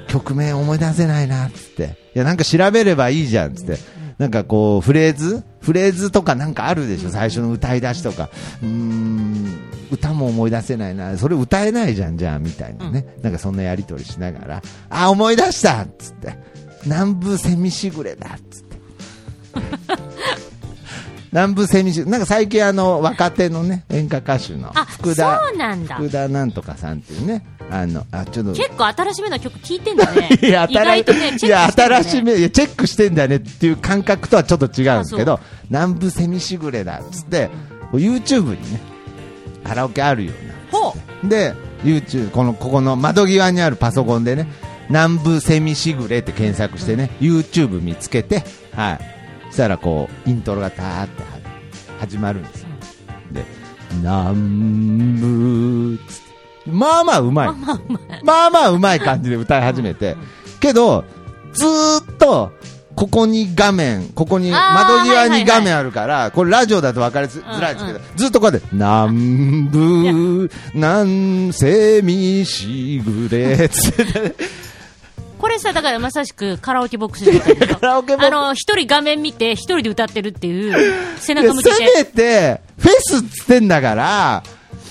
C: 曲名思い出せないなっつっていやなんか調べればいいじゃんっつってなんかこうフレーズフレーズとかなんかあるでしょ最初の歌い出しとかうーん歌も思い出せないなそれ歌えないじゃんじゃあみたいなね、なんかそんなやり取りしながらあ思い出したっつって南部セミしぐれだっつ って南部セミしぐれなんか最近あの若手のね演歌歌手の
A: あ、
C: 福田
A: そうなんだ。
C: 福田なんとかさんっていうねあのあちょっと。
A: 結構新しめな曲聴いてんだね
C: いや、
A: 意外とね、
C: 新しい
A: チ
C: い
A: ェッ
C: や
A: クしてんだね
C: 新しめ、いや、チェックしてんだよねっていう感覚とはちょっと違うんですけど、南部セミしぐれだっつって、YouTube にね、カラオケあるような。
A: ほう。
C: で、YouTube、この、ここの窓際にあるパソコンでね、南部セミしぐれって検索してね、YouTube 見つけて、はい。したらこう、イントロがたーって始まるんですよ。で、南部っつって、まあまあうまい。まあまあうまい感じで歌い始めて。けど、ずーっと、ここに画面、ここに、
A: あー
C: 窓
A: はい
C: 際
A: はいは
C: に
A: い
C: 画面あるから、これラジオだと分かりづらいんですけど、ずっとこうやって、南部、南西みしぐれ、つってね、
A: これさ、だからまさしくカラオケボックスで歌ってるよ
C: カラオケボックス
A: あの、一人画面見て、一人で歌ってるって いう、背
C: で
A: 中向け
C: せ
A: て。
C: めて、フェスっつってんだから、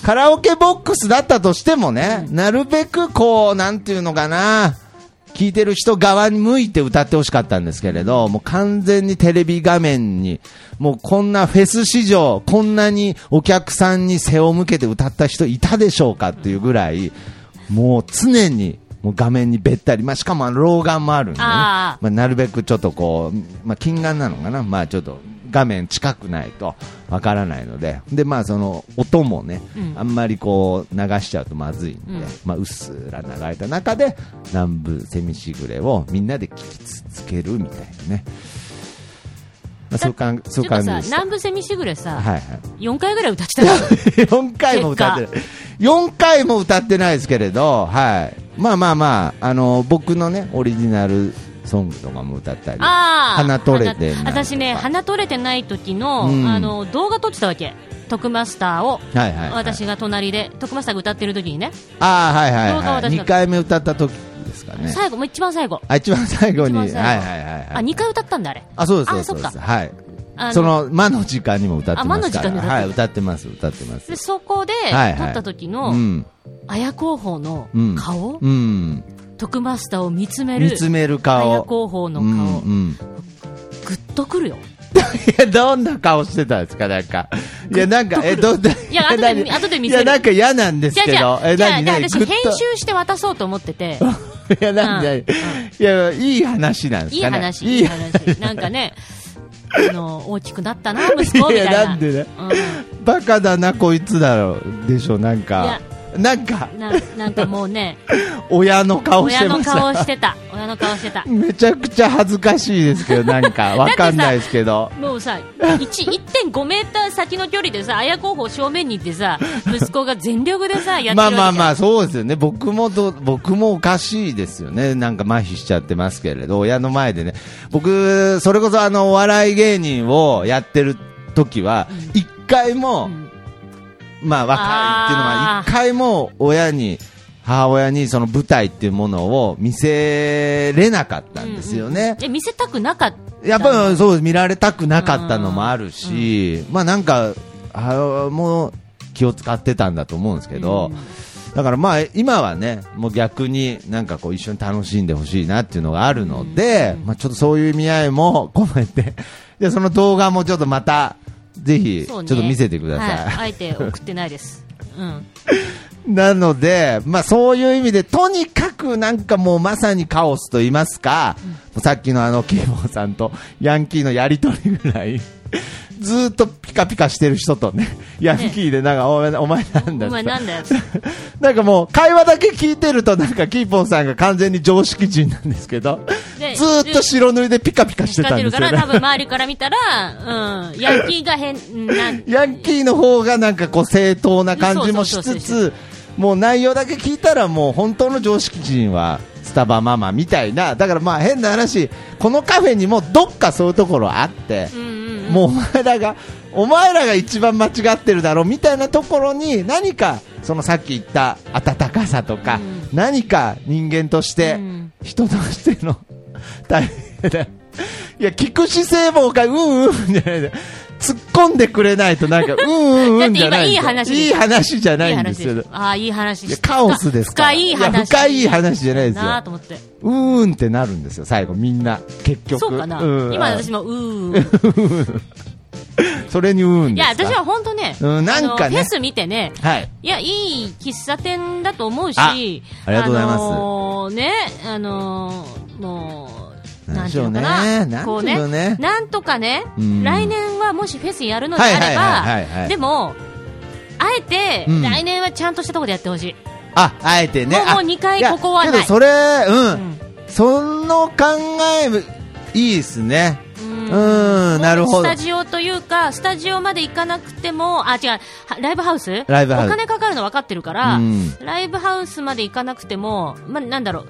C: カラオケボックスだったとしてもね、なるべくこう、なんていうのかな、聞いてる人側に向いて歌ってほしかったんですけれど、もう完全にテレビ画面に、もうこんなフェス史上、こんなにお客さんに背を向けて歌った人いたでしょうかっていうぐらい、もう常に、もう画面にべったり、まあ、しかもあの老眼もあるんでね、
A: あー
C: まあ、なるべくちょっとこう、まあ、近眼なのかな、まあ、ちょっと画面近くないとわからないので、でまあ、その音もね、
A: うん
C: あんまりこう流しちゃうとまずいんで、
A: うん
C: まあ、うっすら流れた中で、南部セミしぐれをみんなで聴き続けるみたいなね、まあ、そういう感
A: ち
C: そう
A: ょっ
C: いう感
A: と
C: じ
A: さ、
C: でした。
A: 南部セミシグレさ、
C: はいはい
A: 4回ぐらい歌ってたよ
C: 4回も歌ってない4回も歌ってないですけれど、はい、まあまあまあ、あの僕のねオリジナルソングとかも歌ったり
A: ああ。
C: 花取れてない
A: 花私ね、花取れてない時の、
C: うん
A: あの、動画撮ってたわけ。トクマスターを、
C: はいはいはい
A: 私が隣で、トクマスターが歌ってる時にね、
C: ああはい
A: 動画
C: はい、
A: は
C: は
A: 出
C: い、
A: した
C: 2回目歌った時ですかね
A: 最後、もう一番最後。
C: あ一番最後に
A: 一番最後
C: はいはいはいはい
A: あ、2回歌ったんだ、あれ。
C: あそうですそう
A: あ
C: です
A: そっか
C: そうですはい
A: あ
C: その間の時間にも歌ってますから
A: あ間の時間に歌ってる
C: はい歌ってます歌ってま
A: で、
C: す
A: そこで、
C: はいはい
A: 撮った時の、
C: うん
A: 綾候補の
C: うん
A: 顔、
C: うん
A: トクマスターを見つめる、
C: 見つめる
A: 綾
C: 顔
A: 候補の
C: う
A: 顔、
C: んうん
A: グッとくるよ。
C: いや、どんな顔してたんですか、なんか。いや、なんか、え、どんな、い
A: や後で
C: 何
A: 後で見せる
C: いや、なんか嫌なんです
A: じゃあ
C: け
A: じゃ
C: ど。
A: あ、
C: え、
A: じゃあ、
C: 何
A: じゃあ
C: 何
A: 私
C: グッ
A: 編
C: と
A: 集して渡そうと思ってて、
C: いや、なんで、いや、いい話なんです
A: いい
C: かね。
A: 話、いい話。なんかね、あの、大きくなったな、息子、みたいな。
C: いやなんでねバカだな、こいつだろう。でしょ、なんか。なんか
A: う、ん、ななんかもう ね、
C: 親の顔し
A: 親
C: てま
A: の
C: し
A: 顔
C: た
A: し。てた。親の顔してた。
C: めちゃくちゃ恥ずかしいですけど、なんか、わかんないですけど。
A: もうさ、1 1.5メーター先の距離でさ、綾候補正面にいてさ、息子が全力で さ、やってる
C: ま
A: わ
C: あ
A: けじゃん
C: まあまあ、そうですよね。僕もど、僕もおかしいですよね。なんか麻痺しちゃってますけれど、親の前でね。僕、それこそあの、お笑い芸人をやってる時は、一回も、
A: ん
C: まあ、若いっていうのは
A: あ、ー
C: 一回も親に、母親にその舞台っていうものを見せれなかったんですよね。
A: え、見せたくなかった。
C: やっぱりそう見られたくなかったのもあるし、まあなんか、あもう気を使ってたんだと思うんですけど、だからまあ今はね、もう逆になんかこう一緒に楽しんでほしいなっていうのがあるので、まあちょっとそういう意味合いも込めて、でその動画もちょっとまたぜひち
A: そ
C: ょ
A: う
C: っ
A: ね
C: と見せてください、
A: はい、あえて送ってないです。 うん。
C: なので、まあ、そういう意味でとにかくなんかもうまさにカオスと言いますか、もうさっきのあのキーボーさんとヤンキーのやり取りぐらい。 ずーっとピカピカしてる人とね、ヤンキーでなんか、お前、お前なんだ
A: お前なんだよ。
C: なんかもう、会話だけ聞いてると、なんか、キーポンさんが完全に常識人なんですけど、
A: で
C: ずーっと白塗りでピカピカし
A: 使
C: て
A: ったて
C: んで
A: る
C: す
A: か
C: よ
A: ら、
C: ね
A: 多。分周りから見たら、うん、ヤンキーが変、なん
C: ヤンキーの方がなんかこう正当な感じもし
A: そ
C: つ
A: うそうそ
C: つ、もう内容だけ聞いたら、もう本当の常識人はスタバママみたいな、だからまあ変な話、このカフェにもどっかそういうところあって、
A: うんうんうん。
C: もうお前らが、お前らが一番間違ってるだろうみたいなところに、何か、そのさっき言った温かさとか、
A: う
C: 何か人間として、
A: うん
C: 人としての 大変だ。いや、聞く姿勢もか、うんうんじゃないで。突っ込んでくれないと、 なんか、うんうんうんじゃないんですよ。
A: だって今
C: い
A: い
C: い
A: い
C: 話じゃない
A: い
C: んで
A: 話
C: すよ。
A: です。ああ、いい話
C: い
A: し
C: や
A: た。
C: カオスですから
A: 深い話。
C: いや深い話じゃないですよ
A: なあと思って。
C: うーんってなるんですよ、最後、みんな。結局。
A: そうかな。
C: うん
A: 今私も、うーん。
C: それにうん
A: い
C: で
A: や、
C: すか。
A: 私は本当ね、
C: うんなんかね
A: あのフェス見てね、
C: はい。
A: いや、いい喫茶店だと思うし、
C: あありがとうございます
A: あのーね、あのーもう、
C: なん
A: なんて
C: でし
A: い
C: ょ
A: う
C: う
A: の
C: ね
A: かな、こう
C: なんでしょうね
A: ね、なんとかね
C: うん、
A: 来年はもしフェスやるのであれ
C: はいはいはいはいは
A: ば、
C: い
A: でも、あえて、
C: うん
A: 来年はちゃんとしたところでやってほしい。
C: あ、あえてね。
A: もうもう
C: あ
A: 二回
C: や
A: ここはない
C: けどそれ、うん。
A: うん
C: その考え、いいですね。
A: うん
C: うん、なるほ
A: ス
C: ど
A: タ。ジオというか、スタジオまで行かなくても、あ、違う、はライブハウス
C: ライブハ
A: お
C: ウス
A: 金かかるの分かってるから、
C: うん
A: ライブハウスまで行かなくても、まあ、なんだろ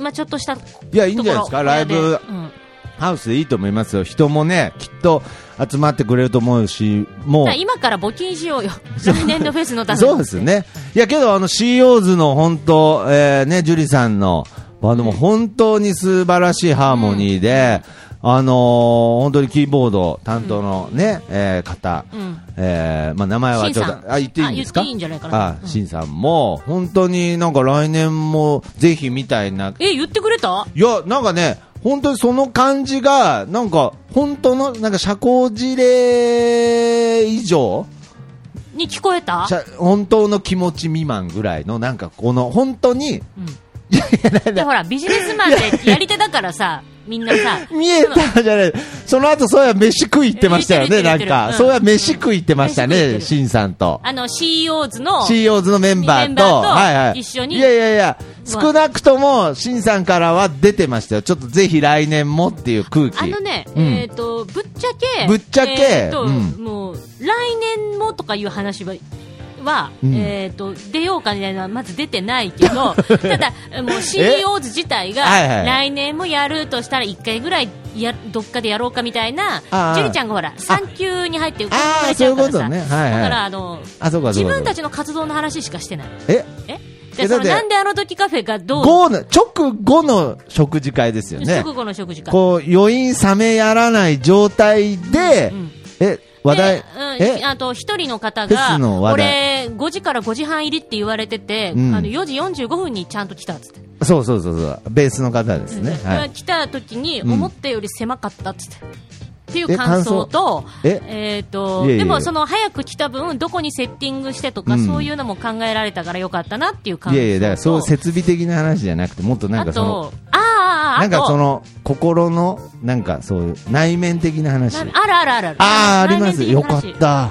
A: う、まあ、ちょっとしたところ。
C: いや、いいんじゃないですか。ライブ
A: うん
C: ハウスでいいと思いますよ。人もね、きっと集まってくれると思うし、
A: だ
C: もう
A: から。今から募金しよう よ。来年のフェスのために。
C: そうですね。いや、けど、あの、CEOs の本当、えーね、ジュリさんのバンドも本当に素晴らしいハーモニーで、あのー本当にキーボード担当のね、えー方、
A: うん
C: えーまあ、名前はちょっ
A: シンさ
C: と、
A: ん
C: あ、言っていいんですか
A: あ言っていいんじゃないかな
C: あ
A: う、ん
C: シンさんも、本当になんか来年もぜひみたいな
A: え、言ってくれた
C: いや、なんかね、本当にその感じが、なんか、本当の、なんか社交辞令以上、
A: に聞こえた
C: 社本当の気持ち未満ぐらいの、なんかこの、本当に、
A: でほら、ビジネスマンでやり手だからさ、みんな さ、
C: 見えたじゃない、その後、そうや飯食い行ってましたよね、
A: え
C: な
A: 言っ
C: ん
A: てる
C: か、
A: 言ってる言ってるうん
C: そうや飯食い行ってました
A: 飯食い行って
C: ね、
A: る
C: しんさんと。
A: あの、CEOs の、
C: CEOs のメンバーと
A: メンバーと
C: はいはい、
A: 一緒に
C: いやいやいや、少なくとも、しんさんからは出てましたよ。ちょっとぜひ来年もっていう空気。
A: あのね、
C: うん
A: えっ、と、ぶっちゃけ、
C: ぶっちゃけ
A: えーと
C: うん
A: もう、来年もとかいう話は、は
C: うん
A: えっ、と、出ようかみたいなのはまず出てないけ ど、ただ、もう CEOs 自体が、
C: はいはい
A: 来年もやるとしたら1回ぐらいや、どっかでやろうかみたいな、ジ
C: ああ
A: ュリちゃんがほら、産休に入って受
C: ああ
A: れちゃうから
C: そうい
A: さ、
C: うことねはいはい
A: だから、あの、
C: あ、そうか、
A: 自
C: そうか。そう
A: 分
C: か
A: たちの活動の話しかしてない。
C: え
A: え
C: え
A: でそ
C: だっ
A: の
C: て
A: なんであの時カフェがどう、
C: 午後の直後の食事会ですよね
A: 直後の食事会。
C: こう余韻冷めやらない状態で、
A: うん
C: え話題、
A: でうん、
C: え
A: あと一人の方
C: フェス
A: が、
C: の話題
A: 俺、5時から5時半入りって言われてて、
C: うん
A: あの4時45分にちゃんと来たっつって、
C: そうそうそうそうベースの方ですね、は
A: 来た時に、
C: うん
A: 思ったより狭かったっつって。ってい
C: え
A: う感想と、
C: 感想
A: えっ、と、
C: いやいやい
A: で
C: や
A: もその早く来た分、どこにセッティングしてとか、
C: うん
A: そういうのも考えられたからよかったなっていう感
C: い、い
A: 想と。
C: やいやだからそういう設備的な話じゃなくてもっとなんか
A: あ
C: その
A: と、あああああ
C: なんか
A: と
C: その心のなんかそういう内面的な話
A: なあるあるあるある。
C: ああーあり
A: 内
C: ま
A: 面
C: す
A: 的な
C: よかっ
A: 話
C: た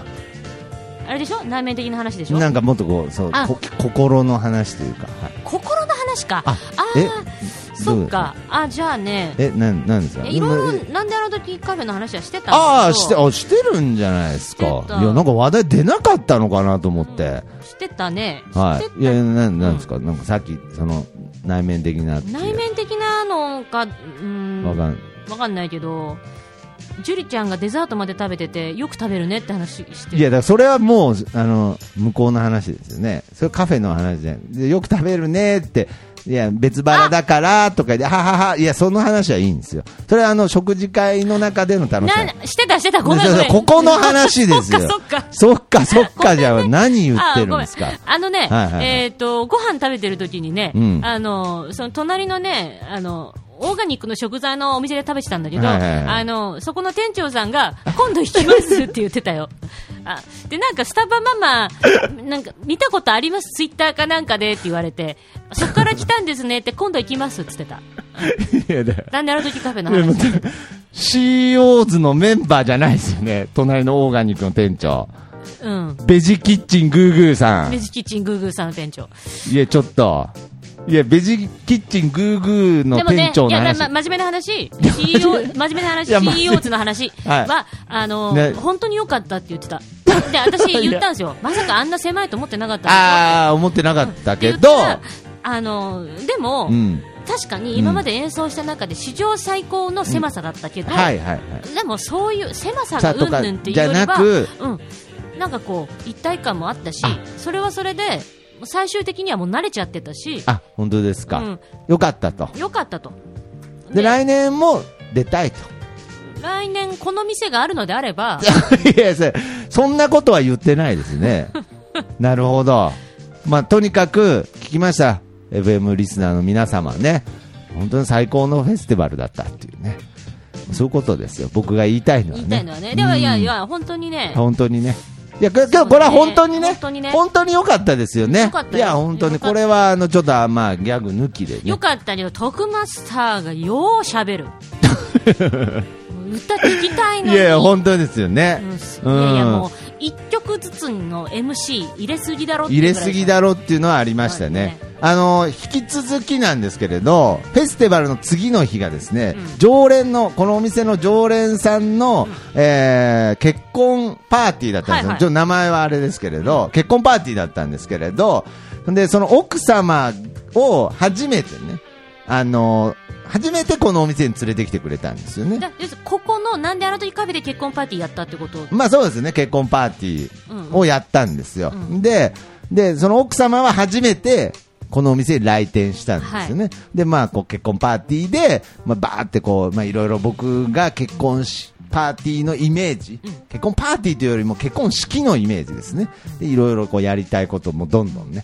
A: あれでしょ内面的な話でしょ
C: なんかもっとこうそう
A: あ
C: こ心の話というか、はい
A: 心の話か。
C: あ
A: あ
C: え
A: あ、そっか。あ、じゃあね、
C: えなんなんですか
A: いろい
C: で
A: ろ
C: も
A: なんであの時カフェの話はしてたんだけど
C: ああしてあしてるんじゃないですかい
A: してた
C: やなんか話題出なかったのかなと思って、
A: してたね、
C: は
A: して
C: い、いや、なん、なんですか、なんかさっき、その内面的なっていう。
A: 内面的なのかうん
C: わかん
A: わかんないけど樹里ちゃんがデザートまで食べててよく食べるねって話して
C: い
A: る
C: や、だから、それはもう、あの、向こうの話ですよね。それカフェの話じゃん。でよく食べるねって。いや、別腹だからとかで、はははいや、その話はいいんですよ。それはあの、食事会の中での楽しさ。
A: なしてたしてたごめんご
C: そう
A: め
C: そうんここの話ですよ。
A: そっかそっか
C: そっか、そっか、じゃあ何言ってるんです
A: あ
C: か
A: ごめ。あのね、
C: はいはいはい
A: えっ、と、ご飯食べてる時にね、
C: うん
A: あの、その隣のね、あの、オーガニックの食材のお店で食べてたんだけど、
C: はいはいはい
A: あの、そこの店長さんが、今度行きますって言ってたよ。あで、なんか、スタバママ、なんか、見たことありますツイッターかなんかでって言われて、そこから来たんですねって、今度行きますって言ってた。
C: いやだ よ
A: なんであの時カフェの
C: でも
A: 話。
C: CEOs のメンバーじゃないですよね、隣のオーガニックの店長、
A: うん。
C: ベジキッチングーグーさん
A: ベ、ジキッチングーグーさんの店長。
C: いや、ちょっと、いや、ベジキッチングーグーの
A: でもね
C: 店、長
A: い
C: の
A: や、だ
C: 話、
A: ま、真面目な話、CEO、真面目ない話、
C: や真面目
A: CEOs の話
C: はい
A: は、あの、
C: ね
A: 本当に良かったって言ってた。で、 私言ったんですよ。まさかあんな狭いと思ってなかったんだ
C: あー、思ってなかった
A: って
C: け
A: 言った
C: ど、
A: らあの、でも、
C: うん、
A: 確かに今まで演奏した中で史上最高の狭さだったけど、
C: はいはいはい。
A: でもそういう狭さが
C: さと
A: うん
C: か
A: ぬんっていうより
C: じゃな
A: は、
C: く
A: うん、なんかこう、一体感もあったし
C: あ、
A: それはそれで、最終的にはもう慣れちゃってたし、
C: あ、本当ですか。
A: うん
C: よかったと。
A: よかったと。
C: で、来年も出たいと。
A: 来年この店があるのであれば、
C: いや、それそんなことは言ってないで すね。なるほど。まあ、とにかく、聞きました。FM リスナーの皆様ね。本当に最高のフェスティバルだったっていうね。そういうことですよ。僕が言いたいのは
A: 言
C: ね。
A: いたいのはね。でもいや
C: うん
A: いや、本当にね、
C: 本当にね。いや、けけどこれは本当にね、
A: 本当にね
C: 本当に良かったですよね。
A: 良かったよ
C: いや、本当に、
A: 良かった
C: これは、あの、ちょっと、あまあ、ギャグ抜きでね。
A: よかったけど、徳マスターがよう喋 る。歌聞きたい
C: い
A: の
C: やいや、
A: に。
C: 本当ですよね。
A: うんいやいやもう一曲ずつの MC 入れすぎだろって
C: 入
A: ぐら
C: れ
A: い
C: すぎだろっていうのはありましたね。あの引き続きなんですけれど、フェスティバルの次の日がですね、
A: うん
C: 常連の、このお店の常連さんの、えー結婚パーティーだったんで
A: は
C: すよ、
A: いはい
C: ちょっと名前はあれですけれど、結婚パーティーだったんですけれど、でその奥様を初めてね、あの初めてこのお店に連れてきてくれたんですよね。
A: だ要するにここのなんであの時カフェで結婚パーティーやったってこと
C: まあそうですね、結婚パーティーをやったんですよ。
A: うん
C: で、で、その奥様は初めて、このお店に来店したんですよね。で、まあ、こう、結婚パーティーで、まあ、バーってこう、まあ、いろいろ僕が結婚し、パーティーのイメージ、結婚パーティーというよりも結婚式のイメージですね。で、いろいろこう、やりたいこともどんどんね、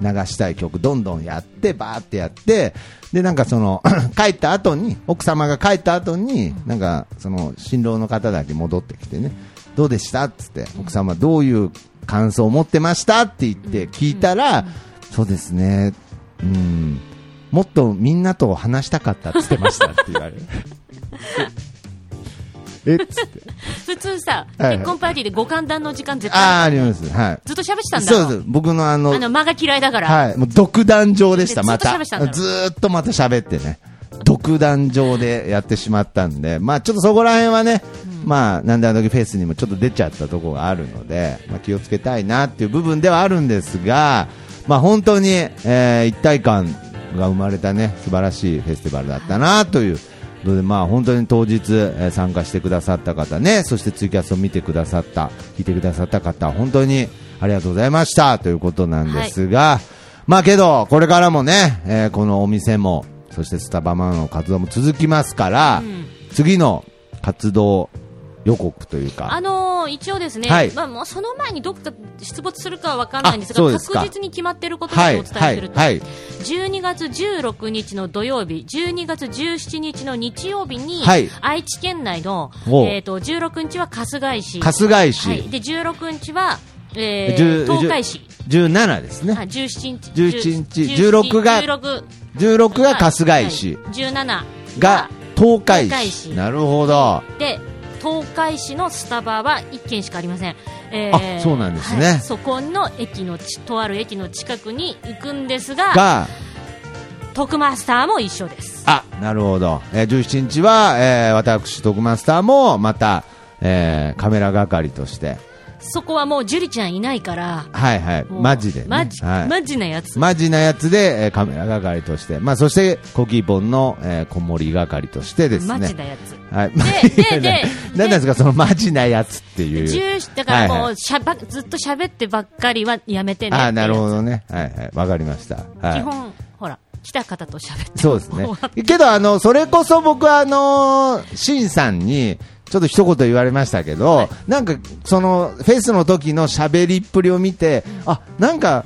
C: 流したい曲どんどんやって、バーってやって、で、なんかその、 帰った後に、奥様が帰った後に、なんか、その、新郎の方だけ戻ってきてね、どうでしたっつって、奥様どういう感想を持ってましたって言って聞いたら、そうですね、うん、もっとみんなと話したかったっつってましたって言われる。えっつって。
A: 普通さ、
C: はい
A: 結婚パーティーでご歓談の時間絶対
C: ああ、あります。はい。
A: ずっと喋ってたんだ
C: そう
A: ろ
C: です。僕のあの
A: あ、の間が嫌いだから、
C: はい、もう独壇場でした、
A: ずっ
C: ま
A: と
C: た。
A: 喋ってたんだろ
C: ずーっとまた喋ってね。独壇場でやってしまったんで、まあちょっとそこら辺はね、まあなんであの時フェスにもちょっと出ちゃったところがあるので、まあ気をつけたいなっていう部分ではあるんですが、まあ本当に、えー一体感が生まれたね、素晴らしいフェスティバルだったなという。のでまあ本当に当日、えー参加してくださった方ね、そしてツイキャスを見てくださった、聞いてくださった方、本当にありがとうございましたということなんですが、まあけど、これからもね、えーこのお店も、そしてスタバマンの活動も続きますから、
A: うん
C: 次の活動予告というか、
A: あのー一応ですね、
C: はい
A: まあ、もうその前にどっか出没するかは分からないんです
C: あそ
A: が
C: うですか
A: 確実に決まっていることだ
C: は
A: け
C: い、
A: お伝
C: は
A: えす
C: い、
A: ると、
C: はい、
A: 12月16日の土曜日、12月17日の日曜日に、
C: はい
A: 愛知県内の、
C: おう
A: えー、と16日は春日井市、
C: 春日井市、
A: はい、で16日は、え
C: 10
A: ー、東海市、
C: 17ですね、
A: あ17日、
C: 17日
A: 10
C: 16が
A: 16
C: 16が春日井市
A: はい17
C: が東海市、
A: 東海市
C: なるほど、
A: で東海市のスタバは1軒しかありません、え
C: あそうなんですね
A: はいそこの駅のちとある駅の近くに行くんですが
C: が、
A: 徳マスターも一緒です
C: あなるほど、えー17日は、えー私、徳マスターもまた、えーカメラ係として、
A: そこはもう樹里ちゃんいないから
C: はいはい、
A: もう
C: マジでね、
A: マジ、
C: はい
A: マジなやつ
C: マジなやつで、えーカメラ係として、まあ、そしてコキーポンの、えー、子守係としてですね。
A: マジなやつ
C: はい、
A: でででで
C: 何なんですか、そのマジなやつっていう。
A: 重視だからも
C: はいう
A: しゃばずっと喋ってばっかりはやめてね
C: はい、あー
A: ってや
C: な
A: つ
C: るほどね。はいはい、わかりました。はい、
A: 基本ほら来た方と喋って
C: そうですね
A: 終わっ。
C: けど、あの、それこそ僕は、あのー、シンさんに、ちょっと一言言われましたけど、なんか、その、フェスの時の喋りっぷりを見て、あ、なんか、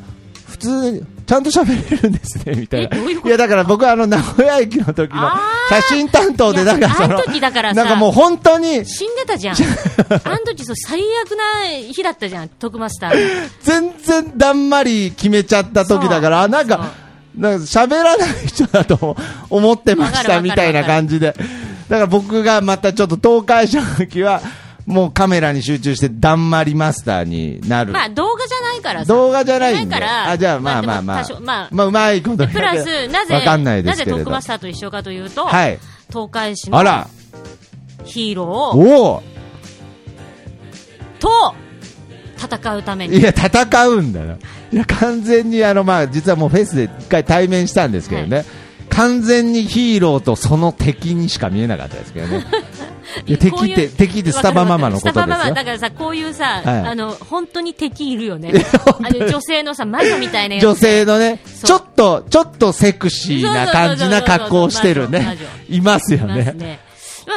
C: 普通、ちゃんと喋れるんですね、みたいな。
A: えどういうこと
C: や、だから僕はあの、名古屋駅の時の
A: あ
C: 写真担当で、
A: いや
C: だからそ
A: あ
C: の
A: の時だから、さ
C: なんかもう本当に、
A: 死んで たじゃん。あの時そう最悪な日だったじゃん、徳マスター。
C: 全然だんまり決めちゃった時だから、
A: そう
C: あなん
A: そう
C: か、なんか喋らない人だと思ってまし
A: わかるわか
C: た
A: る
C: みたいな感じで。だから僕がまたちょっと倒壊した時は、もうカメラに集中してだんまりマスターになる。
A: まあ動画じゃないからさ。
C: 動画じゃないんで。
A: から。
C: あ、じゃあまあ
A: で
C: まあ
A: も
C: ま
A: 多
C: あ
A: 少。まあ、
C: まあ、うまいことや
A: プラス、なぜ、
C: わかんないで
A: な
C: す
A: ぜ
C: けれ
A: 徳
C: ど。
A: マスターと一緒かというと、
C: はい。
A: 東海市の
C: あら、
A: ヒーロー
C: おお
A: と戦うため
C: い
A: に。
C: や、戦うんだよ。いや、完全に、あの、まあ、実はもうフェスで一回対面したんですけどね。完全にヒーローとその敵にしか見えなかったですけどね。いや、敵
A: こうい
C: っ
A: う
C: て、敵ってスタバママのこと
A: ス
C: で
A: タ
C: す
A: バママ、
C: よ
A: だ。からさ、こういうさ、
C: はい
A: あの、本当に敵いるよね
C: いや本。当
A: あ
C: に
A: の女性のさ、魔女みたいなやつ。
C: 女性のね、
A: そう
C: ちょっと、ちょっとセクシーな感じな格好をして
A: そ
C: る
A: うそ
C: ね
A: うそうそう。
C: いますよ
A: います
C: ね。
A: ね。まあ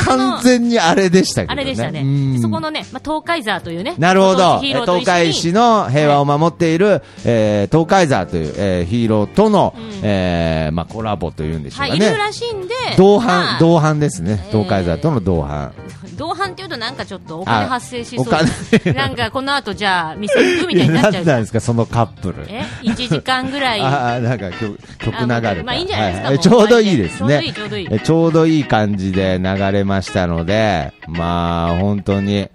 A: その
C: 完全にあれでしたけど
A: あ
C: ね。
A: れでしたね。
C: うん
A: そこのね、まあ、東海座というね。
C: なるほど。
A: ヒ
C: え
A: ーローと一緒に
C: 東海市の平和を守っている、えー東海座という、えーヒーローとの、
A: うん
C: えーまあ、コラボというんでしょ
A: は
C: う
A: い、
C: か
A: い
C: ね。
A: るらしいんで。
C: 同
A: ま
C: 伴、
A: あ
C: 同伴ですね
A: え。ー
C: 東海座との同伴。
A: 同伴っていうとなんかちょっとお金
C: あ
A: 発生し
C: お
A: そう
C: 金
A: で。なんかこの後じゃあ店行くみたいに
C: いや
A: なっ
C: なん
A: ちゃ
C: な
A: うんじゃん。
C: ですか、そのカップル。
A: え ?1 時間ぐらい。
C: ああ、なんか曲曲
A: あ
C: 流れた
A: まあいいんじゃないですか
C: は
A: もう
C: ちょうどいいですね
A: ちょうどいいちょうどいい
C: えちょうどいい感じで流れましたので、まあ、本当に。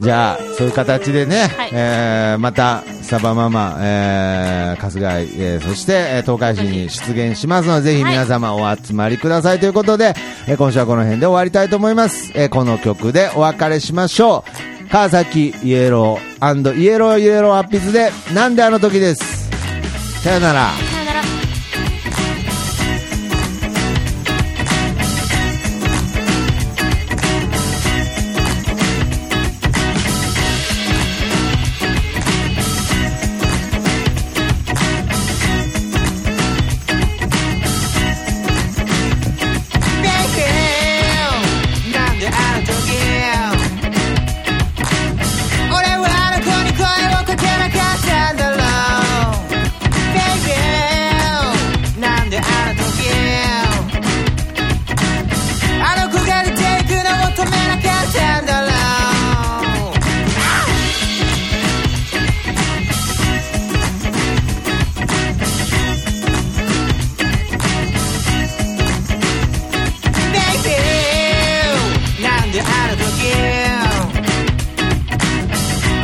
C: じゃあ、そういう形でね、
A: はい
C: えーまた、サバママ、えー、春日井、えーそして、えー東海市に出現しますので、ぜひ皆様お集まりくださいということで、えー今週はこの辺で終わりたいと思います。えーこの曲でお別れしましょう。川崎イエローイエローイエローアッピスで、なんであの時です。さよなら。
A: さよなら。
D: なんであの時俺はあの子に声をかけなかったんだろう Baby なんであの時あの子が出ていくのを止めなかったんだろう「なんであの時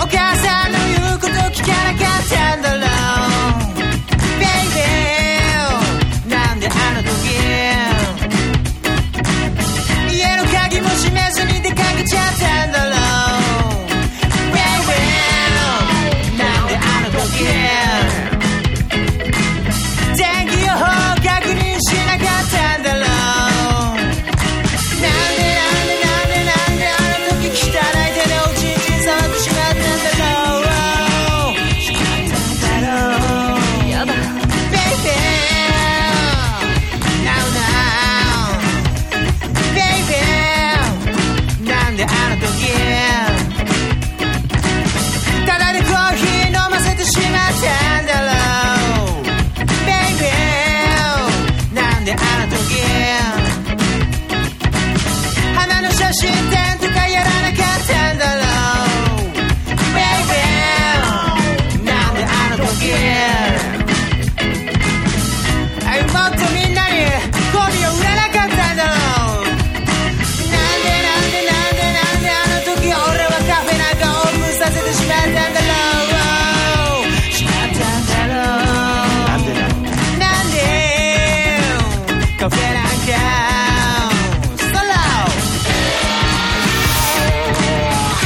D: お母さんの言うこと聞かなかったんだろう」「Baby なんであの時家の鍵も閉めずに出かけちゃったんだろう」「Baby なんであの時天気予報確認しなかったんだろうなんでなんでなんでなんであの時汚い手でおちんちん触ってしまったんだろうしまったんだろうやだ Baby Now now Baby なんであの時ただでコーヒー飲ませてしまったんだろう Baby なんであの時花の写真展とかやらなかったんだろう Baby なんであの時あいもっとみんなにゴミを売らなかったんだろうなんでなんでなんでなんであの時俺はカフェなんかオープンさせてしまったんだろうしまったんだろうなんでなんでカフェなんかストロー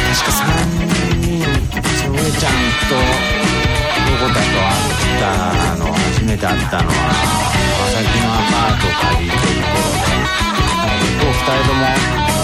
E: 確か3人そう上ちゃんと横田と会ったの初めて会ったのは川崎のアパート借りてる頃で僕2人とも